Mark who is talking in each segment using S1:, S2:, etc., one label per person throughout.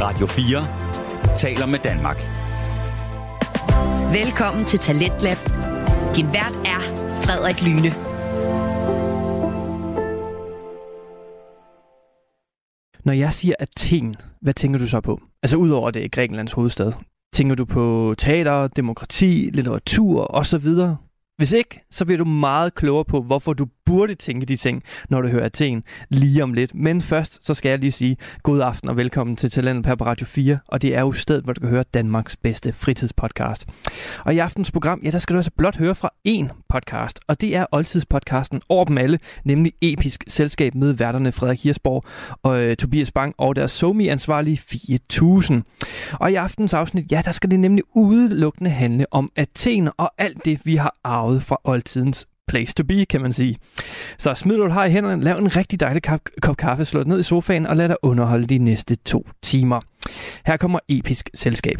S1: Radio 4 taler med Danmark.
S2: Velkommen til Talentlab. Din vært er Frederik Lyne.
S3: Når jeg siger Athen, hvad tænker du så på? Altså udover at det er Grækenlands hovedstad. Tænker du på teater, demokrati, litteratur osv.? Hvis ikke, så bliver du meget klogere på, hvorfor du burde tænke de ting, når du hører Athen lige om lidt. Men først, så skal jeg lige sige god aften og velkommen til Talentet her på Radio 4, og det er jo stedet, hvor du kan høre Danmarks bedste fritidspodcast. Og i aftens program, ja, der skal du altså blot høre fra én podcast, og det er oldtidspodcasten over dem alle, nemlig Episk Selskab med værterne Frederik Hirsborg og øh, Tobias Bang og deres somi-ansvarlige 4000. Og i aftens afsnit, ja, der skal det nemlig udelukkende handle om Athen og alt det, vi har arvet fra oldtidens place to be, kan man sige. Så smid du har i hænderne, lav en rigtig dejlig kop, kop kaffe, slå dig ned i sofaen og lad dig underholde de næste to timer. Her kommer Episk Selskab.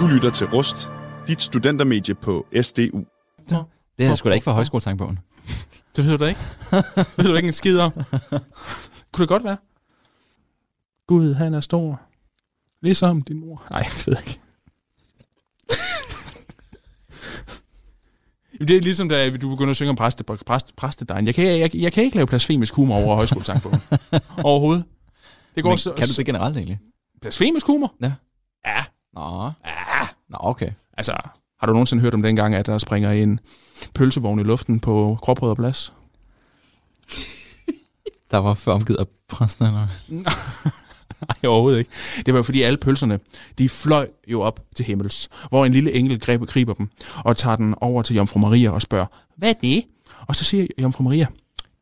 S4: Du lytter til Rust, dit studentermedie på SDU.
S5: Det er sgu da ikke fra højskolesangbogen.
S6: Det ved du da ikke. det ved du ikke en skid om. Kunne det godt være? Gud, han er stor. Ligesom din mor. Nej, det ved jeg ikke. Jamen, det er ligesom, da du begynder at synge om præste, præste, præstedejen. Jeg kan, jeg, jeg kan ikke lave blasfemisk humor over højskolesangbogen. Overhovedet. Det går
S5: Men,
S6: så,
S5: kan du det generelt egentlig?
S6: Blasfemisk humor?
S5: Ja.
S6: Ja,
S5: Nå,
S6: ja.
S5: Nå okay.
S6: Altså, har du nogensinde hørt om dengang, at der springer en pølsevogn i luften på Gråbrød Plads?
S5: Der var før omgivet af præsten. eller hvad?
S6: Nej, overhovedet ikke. Det var jo fordi alle pølserne, de fløj jo op til himmels, hvor en lille engel greb griber dem og tager den over til Jomfru Maria og spørger, hvad er det? Og så siger Jomfru Maria,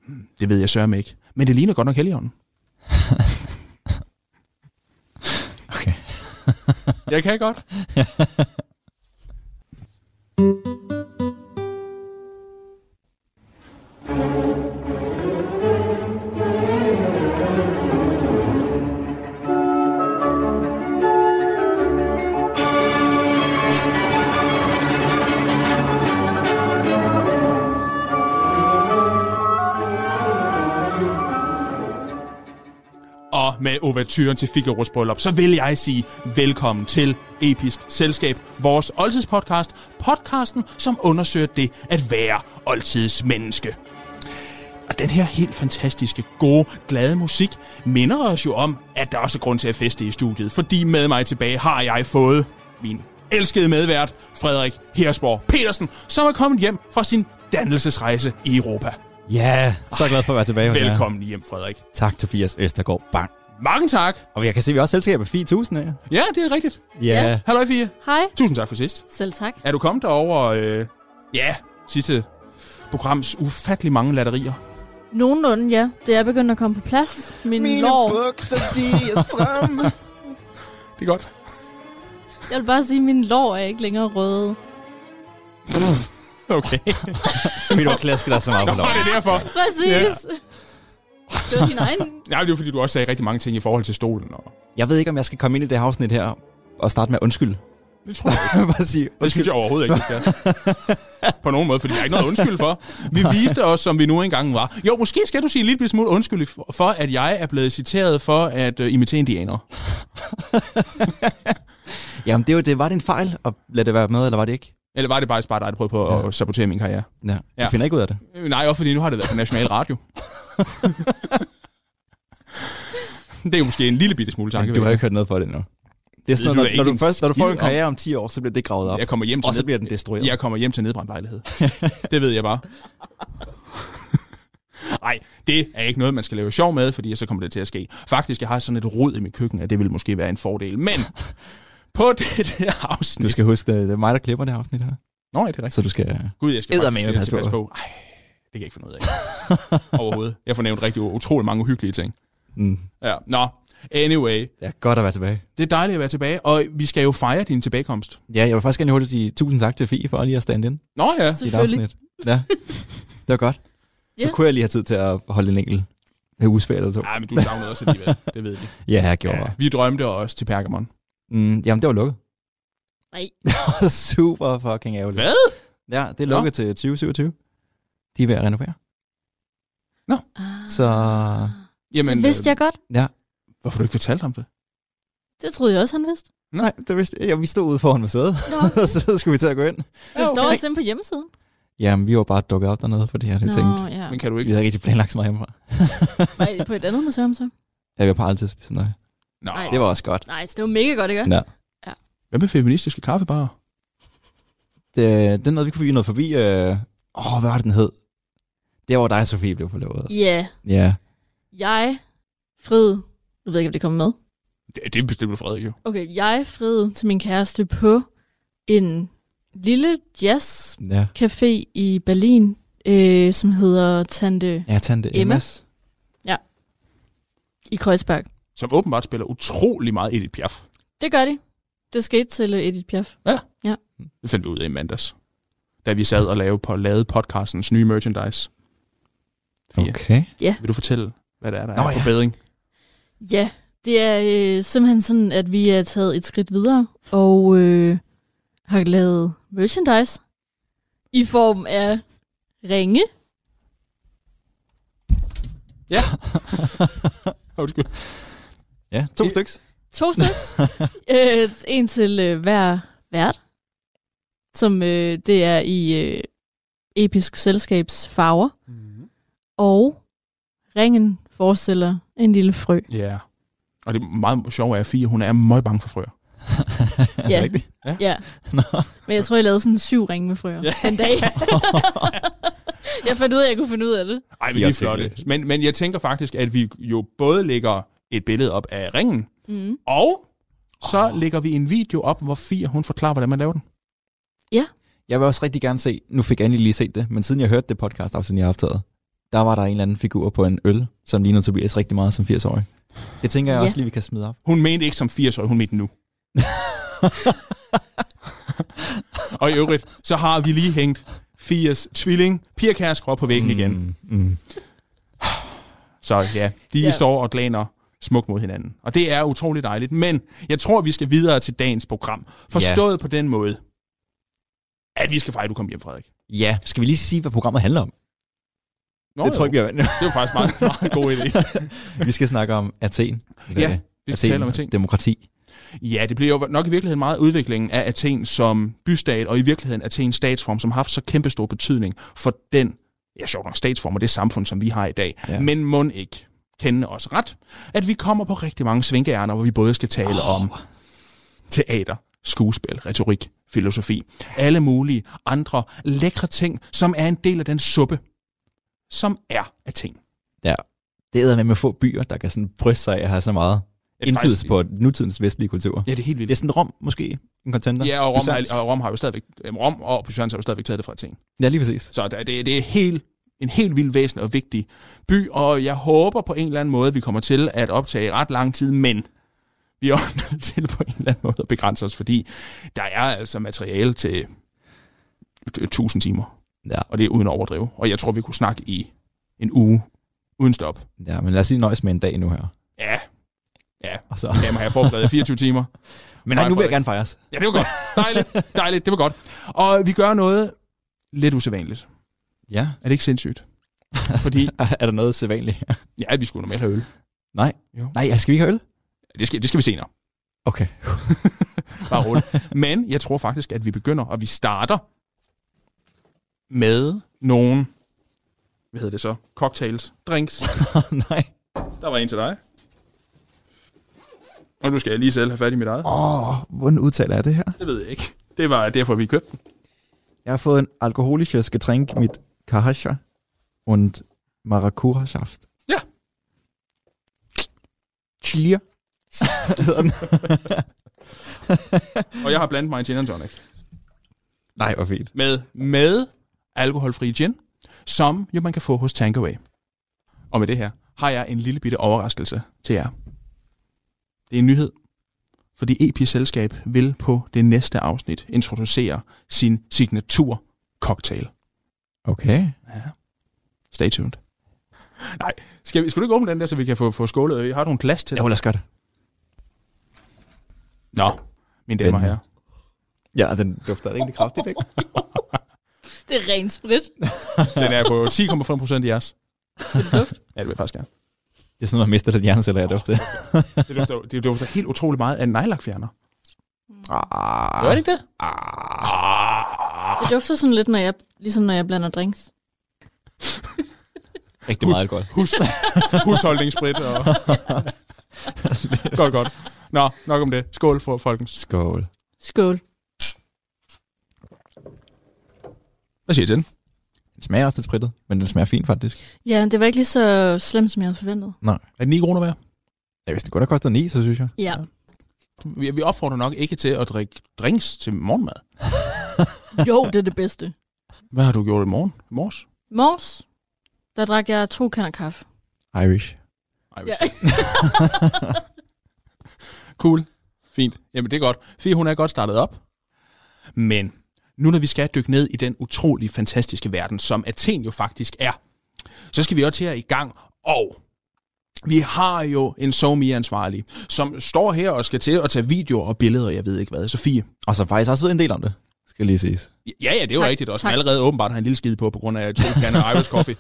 S6: "Hmm, det ved jeg sørme ikke, men det ligner godt nok Helligånden.
S5: Okay.
S6: Jeg kan godt. Og med overturen til Figaro's bryllup, så vil jeg sige velkommen til Episk Selskab, vores oldtidspodcast. Podcasten, som undersøger det at være oldtidsmenneske. Og den her helt fantastiske, gode, glade musik minder os jo om, at der også er grund til at feste i studiet. Fordi med mig tilbage har jeg fået min elskede medvært, Frederik Hersborg Petersen, som er kommet hjem fra sin dannelsesrejse i Europa.
S5: Ja, så glad for at være tilbage hos jer.
S6: Velkommen hjem, Frederik.
S5: Tak, Tobias Østergaard Bang.
S6: Mange tak.
S5: Og jeg kan se, at vi også selskab af 4.000 af jer.
S6: Ja, det er rigtigt.
S5: Ja.
S6: Halløj, Fie.
S7: Hej.
S6: Tusind tak for sidst.
S7: Selv tak.
S6: Er du kommet over, øh, ja, sidste programs ufattelig mange latterier?
S7: Nogenlunde, ja. Det er begyndt at komme på plads. Min Mine lår.
S4: bukser, de er stramme.
S6: Det er godt.
S7: Jeg vil bare sige, at mine lår er ikke længere røde.
S6: Okay.
S5: Vi du klaske dig så meget på
S6: Nå, det er derfor.
S7: Præcis. Yeah. Det var din egen.
S6: Nej, det er jo fordi, du også sagde rigtig mange ting i forhold til stolen. Og...
S5: Jeg ved ikke, om jeg skal komme ind i det her afsnit her og starte med at undskylde.
S6: Det tror jeg ikke.
S5: Bare sige,
S6: Det synes jeg overhovedet ikke, vi skal. På nogen måde, fordi jeg er ikke noget undskyld for. Vi viste os, som vi nu engang var. Jo, måske skal du sige en lille smule undskyld for, at jeg er blevet citeret for at øh, imitere indianere.
S5: Jamen, det, var, det var det en fejl, og lad det være med, eller var det ikke?
S6: Eller var det bare bare dig, der prøvede på at sabotere min karriere?
S5: Ja.
S6: Ja.
S5: Jeg finder ikke ud af det.
S6: Øh, Nej, også fordi nu har det været på national radio. det er jo måske en lille bitte smule tanke.
S5: Du har ikke hørt noget for det endnu. Det er
S6: Ved
S5: sådan
S6: du
S5: noget,
S6: da
S5: når, når,
S6: ikke
S5: du
S6: en
S5: først, når du får
S6: skid
S5: en karriere om 10 år, så bliver det gravet op.
S6: Jeg kommer hjem til
S5: Og så bliver den destrueret.
S6: Jeg kommer hjem til nedbrændt lejlighed. det ved jeg bare. Nej, det er ikke noget, man skal lave sjov med, fordi så kommer det til at ske. Faktisk, jeg har sådan et rod i mit køkken, at det vil måske være en fordel. Men på det der afsnit...
S5: Du skal huske, det er mig, der klipper det her afsnit her.
S6: Nå, ja, det er rigtigt.
S5: Så du skal...
S6: Gud, jeg skal
S5: Eddermame,
S6: faktisk
S5: pas
S6: passe på.
S5: på.
S6: Passe på. Ej, det kan jeg ikke finde ud af. Overhovedet. Jeg får nævnt rigtig utrolig mange uhyggelige ting.
S5: Mm.
S6: Ja, nå. Anyway,
S5: Det er godt at være tilbage.
S6: Det er dejligt at være tilbage, og vi skal jo fejre din tilbagekomst.
S5: Ja, jeg vil faktisk gerne hurtigt sige tusind tak til Fie for lige at stande ind i
S6: Nå ja,
S5: et
S7: Selvfølgelig.
S5: afsnit. Ja, det var godt. Så
S7: Ja.
S5: kunne jeg lige have tid til at holde en enkelt husfag eller to.
S6: Nej, men du savnede også alligevel, det ved vi.
S5: Ja, jeg gjorde
S6: Ja,
S5: ja.
S6: vi drømte også til Pergamon.
S5: Mm, jamen, det var lukket.
S7: Nej.
S5: Super fucking ærgerligt.
S6: Hvad?
S5: Ja, det er lukket til 2027. De er ved at renovere.
S7: Ah.
S5: Så øh,
S6: Jamen, øh,
S7: Det vidste jeg godt.
S5: ja,
S6: Hvorfor har du ikke fortalt ham det?
S7: Det troede jeg også, han vidste.
S5: Nej, det vidste jeg. Ja, vi stod ude foran museet, og så skulle vi til at gå ind.
S7: Det står også inde på hjemmesiden.
S5: Jamen, vi var bare dukket op dernede, fordi jeg havde tænkt,
S7: ja.
S6: Men kan du
S5: vi
S6: ikke?
S5: havde ikke rigtig planlagt så meget hjemmefra.
S7: Var I på et andet museum så?
S5: Jeg var på altid sådan noget.
S6: Nå,
S7: Nej.
S5: Det var også godt.
S7: Nej, det var mega godt, ikke?
S5: Ja.
S6: hvad med feministiske kaffebarer?
S5: Det, det er noget, vi kunne blive noget forbi. øh, Åh, øh... oh, hvad var det, den hed? Det var dig, Sofie, blev forlovet.
S7: Ja.
S5: Ja.
S7: Jeg, Fred, nu ved jeg ikke, om det kommer med.
S6: Det, det bestemte Frederik jo.
S7: Okay, jeg friede til min kæreste på en lille jazzcafé
S5: Ja.
S7: i Berlin, øh, som hedder Tante
S5: Ja, tante
S7: Emma.
S5: Emmas.
S7: i Kreuzberg.
S6: Som åbenbart spiller utrolig meget Edith Piaf.
S7: Det gør de. Det skete til øh, Edith Piaf.
S6: Det fandt vi ud af i mandags. Da vi sad og lavede på lavede podcastens nye merchandise.
S5: Okay.
S6: Vil du fortælle, hvad det er, der
S5: Nå,
S6: er
S5: ja.
S6: på bedring?
S7: Ja, det er øh, simpelthen sådan, at vi er taget et skridt videre og øh, har lavet merchandise i form af ringe.
S6: Undskyld.
S5: Ja, to
S6: Det-
S5: styks.
S7: To styks. øh, en til øh, hver vært, som øh, det er i øh, episk selskabs farver.
S5: Mm-hmm.
S7: Og ringen forestiller en lille frø.
S6: Ja. Og det er meget sjovt, at Fie, hun er meget bange for frøer.
S5: Er det
S7: Ja.
S5: rigtigt?
S7: Ja,
S5: Nå.
S7: men jeg tror, jeg lavede sådan syv ringe med frøer ja. en dag. jeg fandt ud af, at jeg kunne finde ud af det.
S6: Ej,
S5: De er
S6: men det er
S5: også
S6: flotte.
S5: hyggelige.
S6: Men, men jeg tænker faktisk, at vi jo både lægger et billede op af ringen,
S7: Mm.
S6: og så oh. lægger vi en video op, hvor Fie, hun forklarer, hvordan man laver den.
S5: Jeg vil også rigtig gerne se, nu fik jeg endelig lige set det, men siden jeg hørte det podcast afsnit, jeg har optaget, der var der en eller anden figur på en øl, som ligner Tobias rigtig meget som 80-årig. Det tænker jeg
S7: Ja.
S5: også lige, vi kan smide op.
S6: Hun mente ikke som 80 år, hun mente nu. og i øvrigt, så har vi lige hængt Fias tvilling, Pia Kærsgaard, på væggen mm. igen.
S5: Mm, mm.
S6: Så ja, de
S7: Ja.
S6: yeah. står og glaner smukt mod hinanden. Og det er utroligt dejligt. Men jeg tror, vi skal videre til dagens program. Forstået yeah. på den måde, at vi skal fejre, at du kom hjem, Frederik.
S5: Ja, skal vi lige sige, hvad programmet handler om?
S6: Nå,
S5: det tror jeg ikke,
S6: jo.
S5: vi har vandt.
S6: Det var faktisk meget, meget god idé.
S5: vi skal snakke om Athen.
S6: Ja, Vi skal tale om
S5: og
S6: ting.
S5: Demokrati.
S6: Ja, det bliver jo nok i virkeligheden meget udviklingen af Athen som bystat, og i virkeligheden Athens statsform, som har haft så kæmpestor betydning for den, ja sjovt nok, statsform og det samfund, som vi har i dag. Ja.
S5: Ja.
S6: Men må ikke kende os ret, at vi kommer på rigtig mange svinkeærner, hvor vi både skal tale oh. om teater, skuespil, retorik, filosofi, alle mulige andre lækre ting, som er en del af den suppe, som er Athen.
S5: Det er med med få byer, der kan sådan bryste sig af at have så meget
S6: Ja, det er
S5: indflydelse
S6: faktisk-
S5: på nutidens vestlige kultur.
S6: Ja, det er helt vildt.
S5: Det er sådan Rom, måske, en contender.
S6: Ja, og Rom,
S5: Byzans.
S6: har, og Rom har jo stadigvæk, øh, Rom og Byzans har jo stadigvæk taget det fra Athen.
S5: Ja, lige præcis.
S6: Så der- det, det er helt, en helt vild væsen og vigtig by, og jeg håber på en eller anden måde, vi kommer til at optage i ret lang tid, men vi er også nødt til på en eller anden måde at begrænse os, fordi der er altså materiale til 1000 timer,
S5: Ja.
S6: og det er uden at overdrive. Og jeg tror, vi kunne snakke i en uge uden stop.
S5: ja, men lad os lige nøjes med en dag nu her.
S6: Ja,
S5: Og så.
S6: jeg må have forberedt 24 timer.
S5: Men nej,
S6: Nej,
S5: nu vil jeg
S6: Frederik.
S5: gerne fejres.
S6: Ja, det var godt. Dejligt, dejligt, det var godt. Og vi gør noget lidt usædvanligt.
S5: Ja.
S6: Er det ikke sindssygt? Fordi,
S5: er der noget sædvanligt?
S6: ja, vi skulle normalt have øl.
S5: nej.
S6: Jo.
S5: Nej, skal vi ikke have øl?
S6: Det skal, det skal vi senere.
S5: Okay.
S6: Bare roligt. Men jeg tror faktisk, at vi begynder, og vi starter med nogle, hvad hedder det så, cocktails, drinks.
S5: nej.
S6: Der var en til dig. Og nu skal jeg lige selv have fat i mit eget.
S5: Åh, oh, hvordan udtaler jeg det her?
S6: Det ved jeg ikke. Det var derfor, vi købte den.
S5: Jeg har fået en alkoholisches Getränk mit Kahasha und Maracuja-saft.
S6: Ja.
S5: Chilier.
S6: Og jeg har blandet mig en gin and tonic.
S5: Nej, hvor fint.
S6: Med, med alkoholfri gin, som jo man kan få hos Tankaway. Og med det her har jeg en lille bitte overraskelse til jer. Det er en nyhed, fordi EP Selskab vil på det næste afsnit introducere sin signatur cocktail.
S5: Okay.
S6: Ja. Stay tuned. Nej, skal, vi, skal du ikke åbne den der, så vi kan få, få skålet? i? Har du en glas til?
S5: Jeg lad os gøre det.
S6: Nå, mine damer og herrer.
S5: Ja, den dufter rimelig kraftigt, ikke?
S7: Det er ren sprit.
S6: Den er på 10,5 procent i jeres.
S7: Det er duft.
S6: Ja, det vil jeg faktisk gerne.
S5: Det er sådan, at man mister lidt hjerneceller, jeg dufter.
S6: Det dufter, jo- det dufter helt utrolig meget af nejlakfjerner.
S5: Ah.
S6: Gør det ikke det? Ah.
S7: Det dufter sådan lidt, når jeg, ligesom når jeg blander drinks.
S5: Rigtig meget alkohol.
S6: Hus, Ah. husholdningssprit. Og... godt, godt. Nå, nok om det. Skål for folkens.
S5: Skål.
S7: Skål.
S6: Hvad siger I til den?
S5: Den smager også lidt sprittet, men den smager fint faktisk.
S7: Ja, det var ikke lige så slemt, som jeg havde forventet.
S6: Er det 9 kroner værd?
S5: Ja, hvis den kun har kostet 9, så synes jeg.
S7: Ja.
S6: Vi, vi opfordrer nok ikke til at drikke drinks til morgenmad.
S7: Jo, det er det bedste.
S6: Hvad har du gjort i morgen? I morges?
S7: Mors, der drak jeg to kander kaffe.
S5: Irish.
S6: Ej,
S7: Ja.
S6: ja. Cool. Fint. Jamen, det er godt. Fie, hun er godt startet op. Men nu, når vi skal dykke ned i den utrolig fantastiske verden, som Athen jo faktisk er, så skal vi også her i gang. Og vi har jo en SoMe-ansvarlig, som står her og skal til at tage videoer og billeder, og jeg ved ikke hvad. Sofie.
S5: Og så faktisk også ved en del om det, skal lige ses.
S6: Ja, ja, det er jo
S7: Tak,
S6: rigtigt. Og som
S7: tak.
S6: allerede åbenbart har en lille skide på, på grund af to kander Irish Coffee.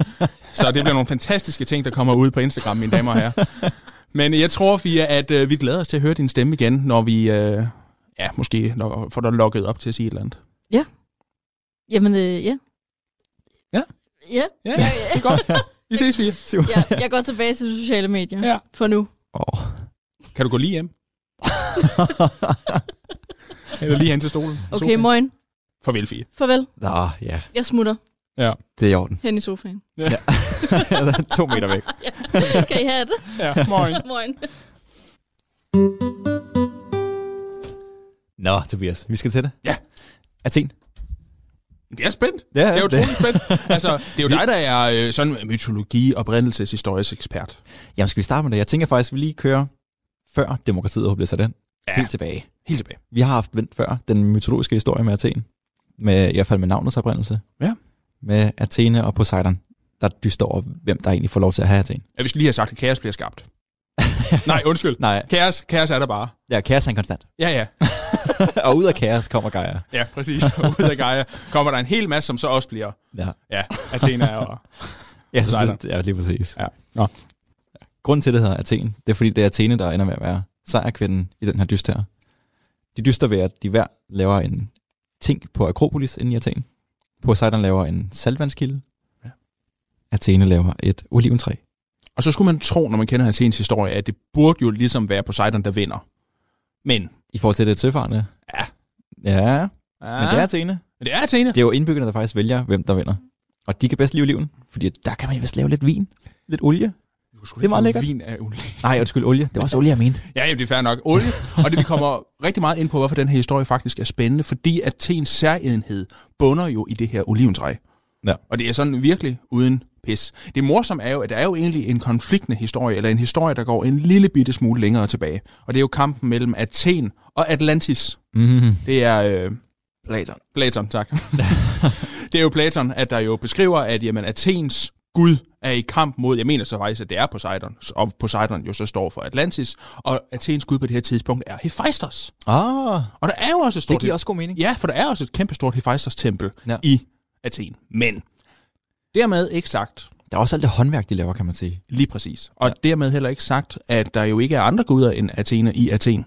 S6: Så det bliver nogle fantastiske ting, der kommer ud på Instagram, mine damer og herrer. Men jeg tror, Fia, at øh, vi glæder os til at høre din stemme igen, når vi... Øh, ja, måske når, får dig logget op til at sige et eller andet.
S7: Jamen, øh, ja.
S6: Ja.
S7: Ja.
S6: Ja, ja, det er godt. Vi ses, Fia.
S7: ja. Jeg går tilbage til sociale medier.
S6: Ja.
S7: For nu.
S5: Åh.
S6: Kan du gå lige hjem? Eller lige hen til stolen?
S7: Okay,
S6: Sofaen?
S7: morgen.
S6: Farvel, Fia.
S7: Farvel.
S5: Nå, ja.
S7: Jeg smutter
S5: Det er i orden.
S7: hen i sofaen.
S5: to meter væk.
S7: Kan I have det?
S6: Ja, morgen.
S7: Morgen.
S5: Nå, Tobias, vi skal til det.
S6: Ja.
S5: Athen.
S6: Jeg er spændt.
S5: Ja,
S6: Det er utroligt spændt. Altså, det er jo dig, der er øh, sådan mytologi- og brindelseshistorisk ekspert.
S5: Jamen, skal vi starte med det? Jeg tænker faktisk, at vi lige kører før demokratiet overhovedet blev sat ind.
S6: Ja.
S5: Helt tilbage.
S6: Helt tilbage.
S5: Vi har haft vendt før den mytologiske historie med Athen. Med, I hvert fald med navnets oprindelse.
S6: Ja.
S5: Med Athene og Poseidon, der dyster over, hvem der egentlig får lov til at have Athen.
S6: Ja, vi skal lige have sagt, at kaos bliver skabt. Nej, undskyld.
S5: Nej,
S6: Kaos, kaos er der bare.
S5: ja, kaos er en konstant.
S6: Ja, ja.
S5: og ud af kaos kommer Gaia.
S6: Ja, præcis. Ud af Gaia kommer der en hel masse, som så også bliver
S5: Ja.
S6: ja, Athena og...
S5: Ja, så
S6: Poseidon.
S5: det, ja, lige præcis.
S6: Ja. Nå.
S5: Grunden til, det hedder Athen, det er fordi, det er Athene, der ender med at være sejrkvinden i den her dyst her. De dyster ved, at de hver laver en ting på Akropolis inde i Athen. Poseidon laver en saltvandskilde.
S6: Ja.
S5: Athene laver et oliventræ.
S6: Og så skulle man tro, når man kender Athenes historie, at det burde jo ligesom være Poseidon, der vinder. Men...
S5: I forhold til det søfarende.
S6: Ja.
S5: Ja,
S6: Ja,
S5: men det er Athene.
S6: Ah. men det er Athena.
S5: Det er jo indbyggerne, der faktisk vælger, hvem der vinder. Og de kan bedst lide oliven, fordi der kan man vist lave lidt vin. Lidt olie. det er meget lækkert.
S6: Vin er olie.
S5: Nej, undskyld, olie. Det var også olie, jeg mente.
S6: Ja, jamen, det er fair nok. Olie. Og det, vi kommer rigtig meget ind på, hvorfor den her historie faktisk er spændende, fordi Athens særedenhed bunder jo i det her oliventræ.
S5: Ja.
S6: Og det er sådan virkelig uden pis. Det morsomme er jo, at der er jo egentlig en konfliktende historie, eller en historie, der går en lille bitte smule længere tilbage. Og det er jo kampen mellem Athen og Atlantis.
S5: Mm-hmm.
S6: Det er... Øh, Platon. Platon, tak. det er jo Platon, at der jo beskriver, at jamen, Athens gud er i kamp mod, jeg mener så faktisk, at det er Poseidon, og Poseidon jo så står for Atlantis, og Athens gud på det her tidspunkt er Hephaistos.
S5: Ah,
S6: Og der er jo også et
S5: det
S6: stort...
S5: giver også god mening.
S6: Ja, for der er også et kæmpestort Hephaistos-tempel
S5: Ja.
S6: ja. i Athen. Men dermed ikke sagt,
S5: Der er også alt det håndværk, de laver, kan man sige.
S6: lige præcis, og ja. dermed heller ikke sagt, at der jo ikke er andre guder end Athena i Athen.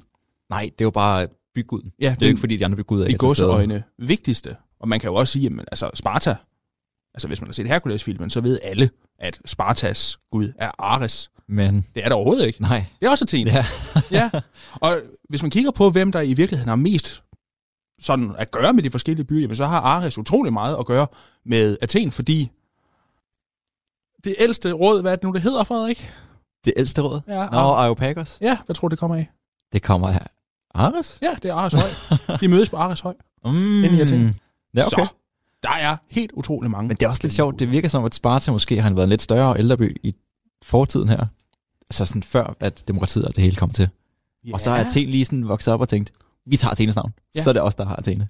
S5: Nej, det er jo bare byguden.
S6: Ja,
S5: Det er jo ikke, fordi de andre bygguder er
S6: i
S5: til stede.
S6: godseøjne vigtigste. Og man kan jo også sige, at altså Sparta, altså hvis man har set Hercules-filmen, så ved alle, at Spartas gud er Ares.
S5: Men
S6: Det er der overhovedet ikke.
S5: nej.
S6: Det er også Athen.
S5: Ja.
S6: ja. Og hvis man kigger på, hvem der i virkeligheden har mest sådan at gøre med de forskellige byer, jamen så har Ares utrolig meget at gøre med Athen, fordi det ældste råd, hvad er det nu, det hedder, Frederik?
S5: Det ældste råd.
S6: Ja,
S5: Nå,
S6: Ar-
S5: Areopagus.
S6: ja hvad tror du, det kommer af?
S5: Det kommer af Ares.
S6: Ja, det er Ares Høj. De mødes på Ares Høj.
S5: Mm.
S6: Inde i Athen.
S5: Ja, okay.
S6: Så der er helt utrolig mange.
S5: Men det er også lidt sjovt. Det virker som, at Sparta måske har været en lidt større og ældre by i fortiden her. Altså sådan før, at demokratiet og det hele kom til.
S6: Ja.
S5: Og så er Athen lige sådan vokset op og tænkt, vi tager Athenes navn.
S6: Ja.
S5: Så er det os, der har Athene.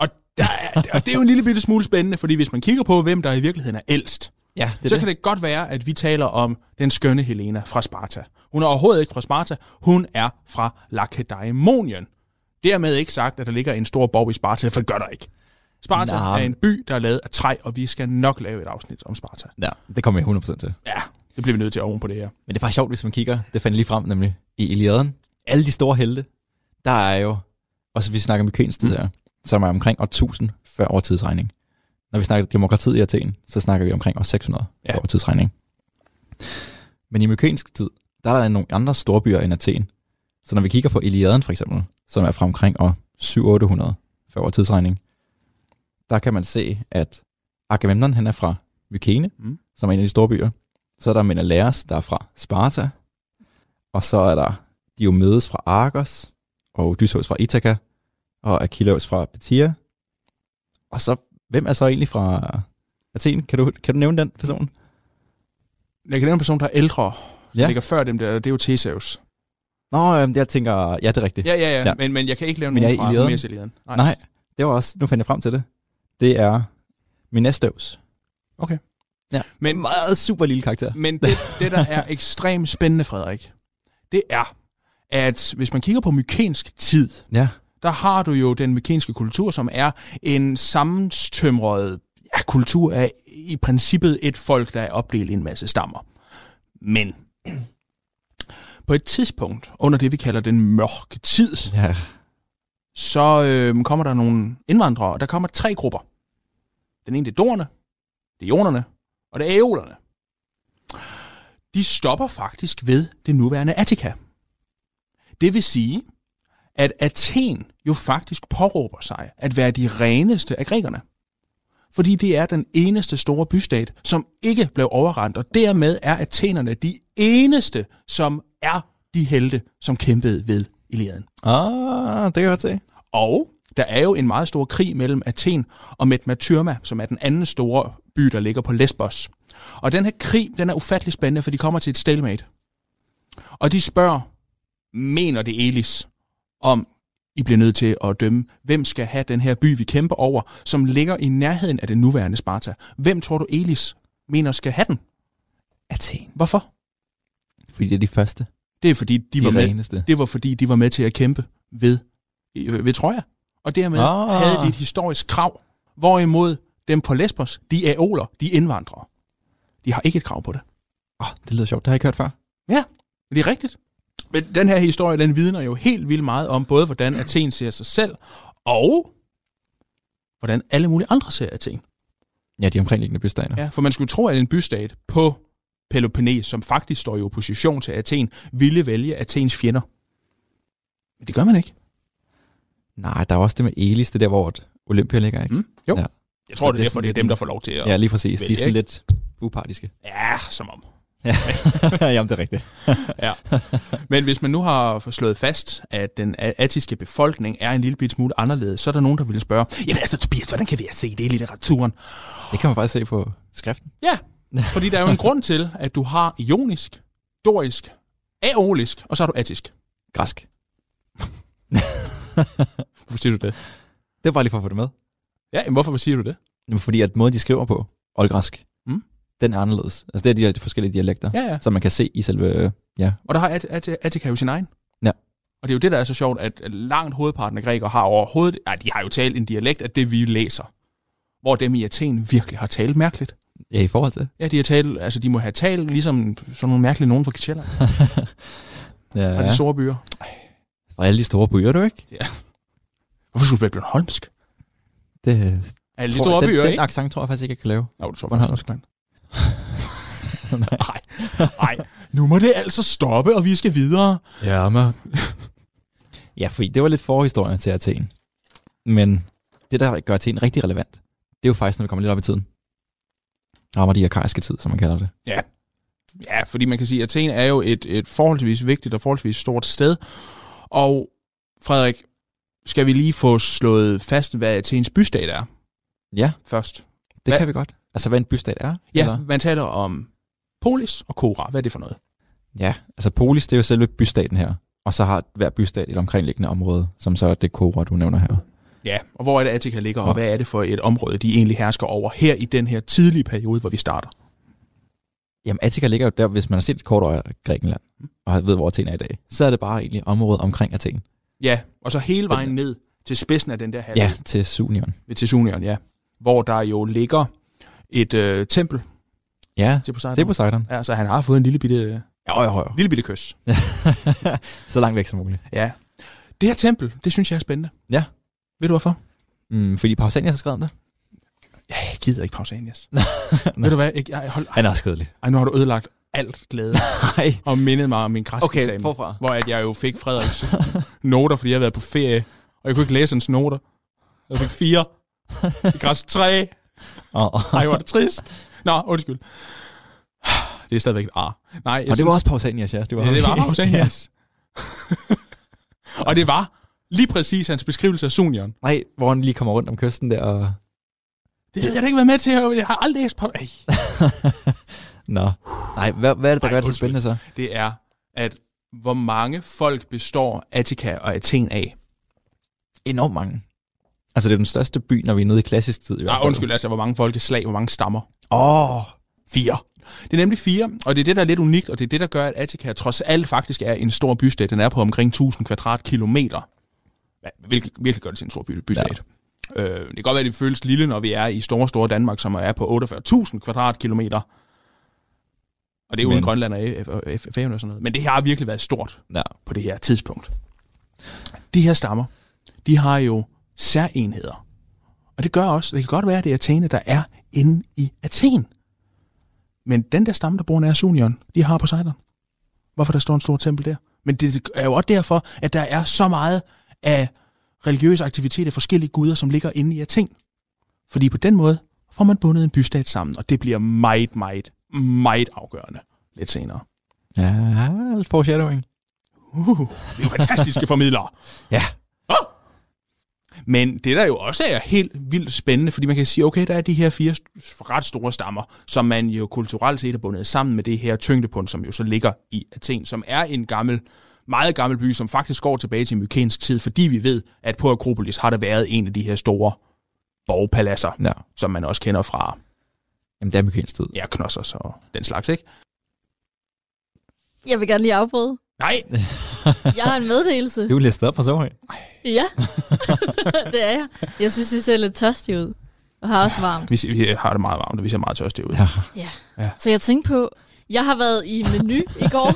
S6: Og, der er, og det er jo en lille bitte smule spændende, fordi hvis man kigger på, hvem der i virkeligheden er ældst,
S5: Ja, det
S6: så kan det godt være, at vi taler om den skønne Helena fra Sparta. Hun er overhovedet ikke fra Sparta, hun er fra Lakedaimonien. Dermed ikke sagt, at der ligger en stor borg i Sparta, for det gør der ikke. Sparta
S5: Nå.
S6: er en by, der er lavet af træ, og vi skal nok lave et afsnit om Sparta.
S5: Ja, det kommer jeg 100% til.
S6: Ja, Det bliver vi nødt til oven på det her.
S5: Men det er faktisk sjovt, hvis man kigger, det fandt jeg lige frem nemlig, i Iliaden. Alle de store helte, der er jo, og så vi snakker om Mykens tid her, som er omkring år 1000 før år tidsregning. Når vi snakker demokratiet i Athen, så snakker vi omkring år 600 ja.
S6: Ja.
S5: før år tidsregning. Men i mykensk tid, der er der nogle andre store byer end Athen. Så når vi kigger på Iliaden for eksempel, som er fra omkring år 700-800 før år tidsregning, der kan man se, at Agamemnon han er fra Mykene,
S6: Mm.
S5: mm. som er en af de store byer. Så er der Menelaus, der er fra Sparta. Og så er der Diomedes fra Argos, og Odysseus fra Ithaka, og Achilles fra Betia. Og så, hvem er så egentlig fra Athen? Kan du, kan du nævne den person?
S6: Jeg kan nævne en person, der er ældre, ja.
S5: Ja.
S6: ligger før dem der, og det er jo Theseus.
S5: Nå, øhm, jeg tænker, ja, det er rigtigt.
S6: Ja, ja, ja, ja.
S5: Ja.
S6: Men, men jeg kan ikke lave
S5: Men
S6: nogen
S5: jeg er i
S6: fra
S5: Iliaden.
S6: Homeres Iliaden. Nej.
S5: Nej, det var også, nu fandt jeg frem til det. Det er Minestos.
S6: Okay.
S5: Ja,
S6: Men-
S5: men meget super lille karakter.
S6: Men det, det, der er ekstremt spændende, Frederik, det er, at hvis man kigger på mykensk tid,
S5: Ja,
S6: der har du jo den mykenske kultur, som er en sammenstømret ja, kultur af i princippet et folk, der er opdelt i en masse stammer. Men på et tidspunkt, under det vi kalder den mørke tid,
S5: ja.
S6: så øh, kommer der nogle indvandrere, og der kommer tre grupper. Den ene det er dorerne, det er jonerne, og det er æolerne. De stopper faktisk ved det nuværende Attika. Det vil sige, at Athen jo faktisk påråber sig at være de reneste af grækerne. Fordi det er den eneste store bystat, som ikke blev overrendt, og dermed er athenerne de eneste, som er de helte, som kæmpede ved Iliaden.
S5: Ah, det kan jeg godt se.
S6: Og der er jo en meget stor krig mellem Athen og Metmatyrma, som er den anden store by, der ligger på Lesbos. Og den her krig, den er ufattelig spændende, for de kommer til et stalemate. Og de spørger, mener det Elis, om I bliver nødt til at dømme, hvem skal have den her by, vi kæmper over, som ligger i nærheden af den nuværende Sparta. Hvem tror du Elis mener skal have den?
S5: Athen.
S6: Hvorfor?
S5: Fordi det er de første.
S6: Det er fordi, de,
S5: De,
S6: de var med.
S5: reneste.
S6: Det var fordi, de var med til at kæmpe ved, øh, ved Troja. Og dermed ah.
S5: Ah.
S6: havde de et historisk krav. Hvorimod dem på Lesbos, de er æoler, de er indvandrere. De har ikke et krav på det.
S5: Åh, det lyder sjovt. Det har jeg ikke hørt før.
S6: Men det er rigtigt. Men den her historie, den vidner jo helt vildt meget om, både hvordan Athen ser sig selv, og hvordan alle mulige andre ser Athen.
S5: Ja, de omkringliggende bystater.
S6: Ja, for man skulle tro, at en bystat på Peloponnes, som faktisk står i opposition til Athen, ville vælge Athens fjender. Men det gør man ikke.
S5: Nej, der er også det med Elis, det der, hvor et Olympia ligger, ikke?
S6: Mm? Jo. Ja.
S5: Ja.
S6: Jeg tror,
S5: Så
S6: det
S5: det
S6: er
S5: er
S6: derfor,
S5: sådan
S6: det er
S5: lidt
S6: dem,
S5: en-
S6: der får lov til at...
S5: Ja, lige præcis.
S6: Vælger,
S5: De er sådan
S6: ikke?
S5: lidt upartiske.
S6: Ja, som om.
S5: Ja. Jamen, det er rigtigt.
S6: Men hvis man nu har slået fast, at den atiske befolkning er en lille bit smule anderledes, så er der nogen, der vil spørge, jamen altså Tobias, hvordan kan vi se det i litteraturen?
S5: Det kan man faktisk se på skriften.
S6: Ja, fordi der er jo en grund til, at du har ionisk, dorisk, aolisk, og så har du atisk.
S5: Græsk.
S6: Hvorfor siger du det?
S5: Det var bare lige for at få det med.
S6: Ja, men hvorfor siger du det?
S5: Jamen, fordi at måden, de skriver på, oldgræsk,
S6: Mm.
S5: den er anderledes. Altså, det er de her forskellige dialekter,
S6: Ja, ja.
S5: som man kan se i selve... øh, Ja,
S6: Og der har At- At- Attica jo sin egen.
S5: Ja.
S6: Og det er jo det, der er så sjovt, at langt hovedparten af grækere har overhovedet... Nej, de har jo talt en dialekt af det, vi læser. Hvor dem i Athen virkelig har talt mærkeligt.
S5: ja i forhold til.
S6: Ja, de, har talt, altså, de må have talt ligesom sådan nogle mærkelige nogen fra Kjelleren.
S5: ja,
S6: Fra de store byer.
S5: fra alle de store byer, du ikke?
S6: Hvorfor skulle du være blevet holmsk?
S5: Det,
S6: Alle de
S5: tror
S6: store
S5: jeg,
S6: byer,
S5: den,
S6: ikke?
S5: Den accent tror jeg faktisk ikke, jeg kan lave.
S6: Nå, du tror
S5: Hvordan
S6: faktisk, man. Nej, nej. Nu må det altså stoppe, og vi skal videre.
S5: Ja, men... ja, fordi det var lidt forhistorien til Athen. Men det, der gør Athen rigtig relevant, det er jo faktisk, når vi kommer lidt op i tiden. Rammer de arkaiske tid, som man kalder det.
S6: Ja, fordi man kan sige, at Athen er jo et, et forholdsvis vigtigt og forholdsvis stort sted. Og Frederik, skal vi lige få slået fast, hvad Athens bystat er
S5: Ja,
S6: først?
S5: det
S6: Hvad-
S5: hvad? kan vi godt. Altså, hvad en bystat er?
S6: Ja,
S5: Eller?
S6: man taler om polis og kora. Hvad er det for noget?
S5: Ja, altså polis, det er jo selve bystaten her. Og så har hver bystat et omkringliggende område, som så er det kora, du nævner her.
S6: Ja, og hvor er det, Attica ligger, og
S5: Ja.
S6: hvad er det for et område, de egentlig hersker over her i den her tidlige periode, hvor vi starter?
S5: Jamen, Attica ligger jo der, hvis man har set et kort over Grækenland, og ved, hvor Athen er i dag, så er det bare egentlig området omkring Athen.
S6: Ja, og så hele vejen ned til spidsen af den der halvø
S5: Ja, til Sunion.
S6: ved Tessunion, ja. Hvor der jo ligger et øh, tempel,
S5: Ja,
S6: til Poseidon.
S5: det er Poseidon.
S6: Ja, så han har fået en lille bitte,
S5: Højere, højere.
S6: lille bitte kys.
S5: så langt væk som muligt.
S6: Ja. Det her tempel, det synes jeg er spændende.
S5: Ja.
S6: Ved du hvorfor?
S5: Mm, fordi Pausanias har skrevet om det.
S6: Ja, jeg gider ikke Pausanias. Ved du hvad? Ikke, ej, hold,
S5: Han er også kedelig.
S6: ej, nu har du ødelagt alt glæde
S5: Nej.
S6: og mindet mig om min græskeksamen.
S5: Okay, forfra.
S6: hvor at jeg jo fik Frederiks noter, fordi jeg havde været på ferie, og jeg kunne ikke læse hans noter. Jeg fik fire. I græs tre.
S5: Og, og,
S6: Ej, hvor er det trist. Nå, undskyld. Det er stadigvæk et ar. Nej, jeg
S5: og det var
S6: synes-
S5: også Pausanias, ja. Det var,
S6: Ja, det var
S5: ham.
S6: Pausanias. og det var lige præcis hans beskrivelse af Sunion.
S5: Nej, hvor han lige kommer rundt om kysten der og...
S6: Det havde jeg da ikke været med til. og Jeg har aldrig læst på. Ej,
S5: Nå. Nej, hvad, hvad er det, der
S6: Ej,
S5: gør det så
S6: undskyld.
S5: spændende så?
S6: det er, at hvor mange folk består Attika og Athen af.
S5: Enormt mange. Altså, det er den største by, når vi er nede i klassisk tid. I hvert
S6: Ja,
S5: fald.
S6: undskyld, altså hvor mange folkeslag, hvor mange stammer.
S5: Åh, oh,
S6: Fire. Det er nemlig fire, og det er det, der er lidt unikt, og det er det, der gør, at Attica trods alt faktisk er en stor bystat. Den er på omkring 1000 kvadratkilometer, Ja, hvilket virkelig gør det til en stor by, bystat. Ja. Øh, det kan godt være, at det føles lille, når vi er i store, store Danmark, som er på 48.000 kvadratkilometer. Og det er uden
S5: Men-
S6: Grønland og F- og F- Færøerne og sådan noget. Men det har virkelig været stort
S5: Ja.
S6: på det her tidspunkt. De her stammer, de har jo særenheder. Og det gør også, det kan godt være, at det er Athene, der er inde i Athen. Men den der stamme, der bor nær Sunion, de har på sejren. Hvorfor der står en stor tempel der? Men det er jo også derfor, at der er så meget af religiøse aktiviteter, forskellige guder, som ligger inde i Athen. Fordi på den måde får man bundet en bystat sammen, og det bliver meget, meget, meget afgørende lidt senere.
S5: ja, lidt foreshadowing.
S6: Uh, det er jo fantastiske formidlere.
S5: Ja.
S6: Ah! Men det der jo også er helt vildt spændende, fordi man kan sige, okay, der er de her fire st- ret store stammer, som man jo kulturelt set er bundet sammen med det her tyngdepunkt, som jo så ligger i Athen, som er en gammel, meget gammel by, som faktisk går tilbage til mykensk tid, fordi vi ved, at på Akropolis har der været en af de her store borgpaladser,
S5: Ja.
S6: som man også kender fra
S5: Jamen, det er mykensk tid.
S6: ja, Knossos og den slags, ikke?
S7: Jeg vil gerne lige afbryde.
S6: Nej,
S7: Jeg har en meddelelse.
S5: Du er listet op fra så højt.
S7: Ja, det er jeg. Jeg synes, I ser lidt tørstige ud. Og har også varmt.
S6: vi, vi har det meget varmt, og vi ser meget tørstige ud.
S5: Ja.
S7: Så jeg tænkte på, jeg har været i menu i går.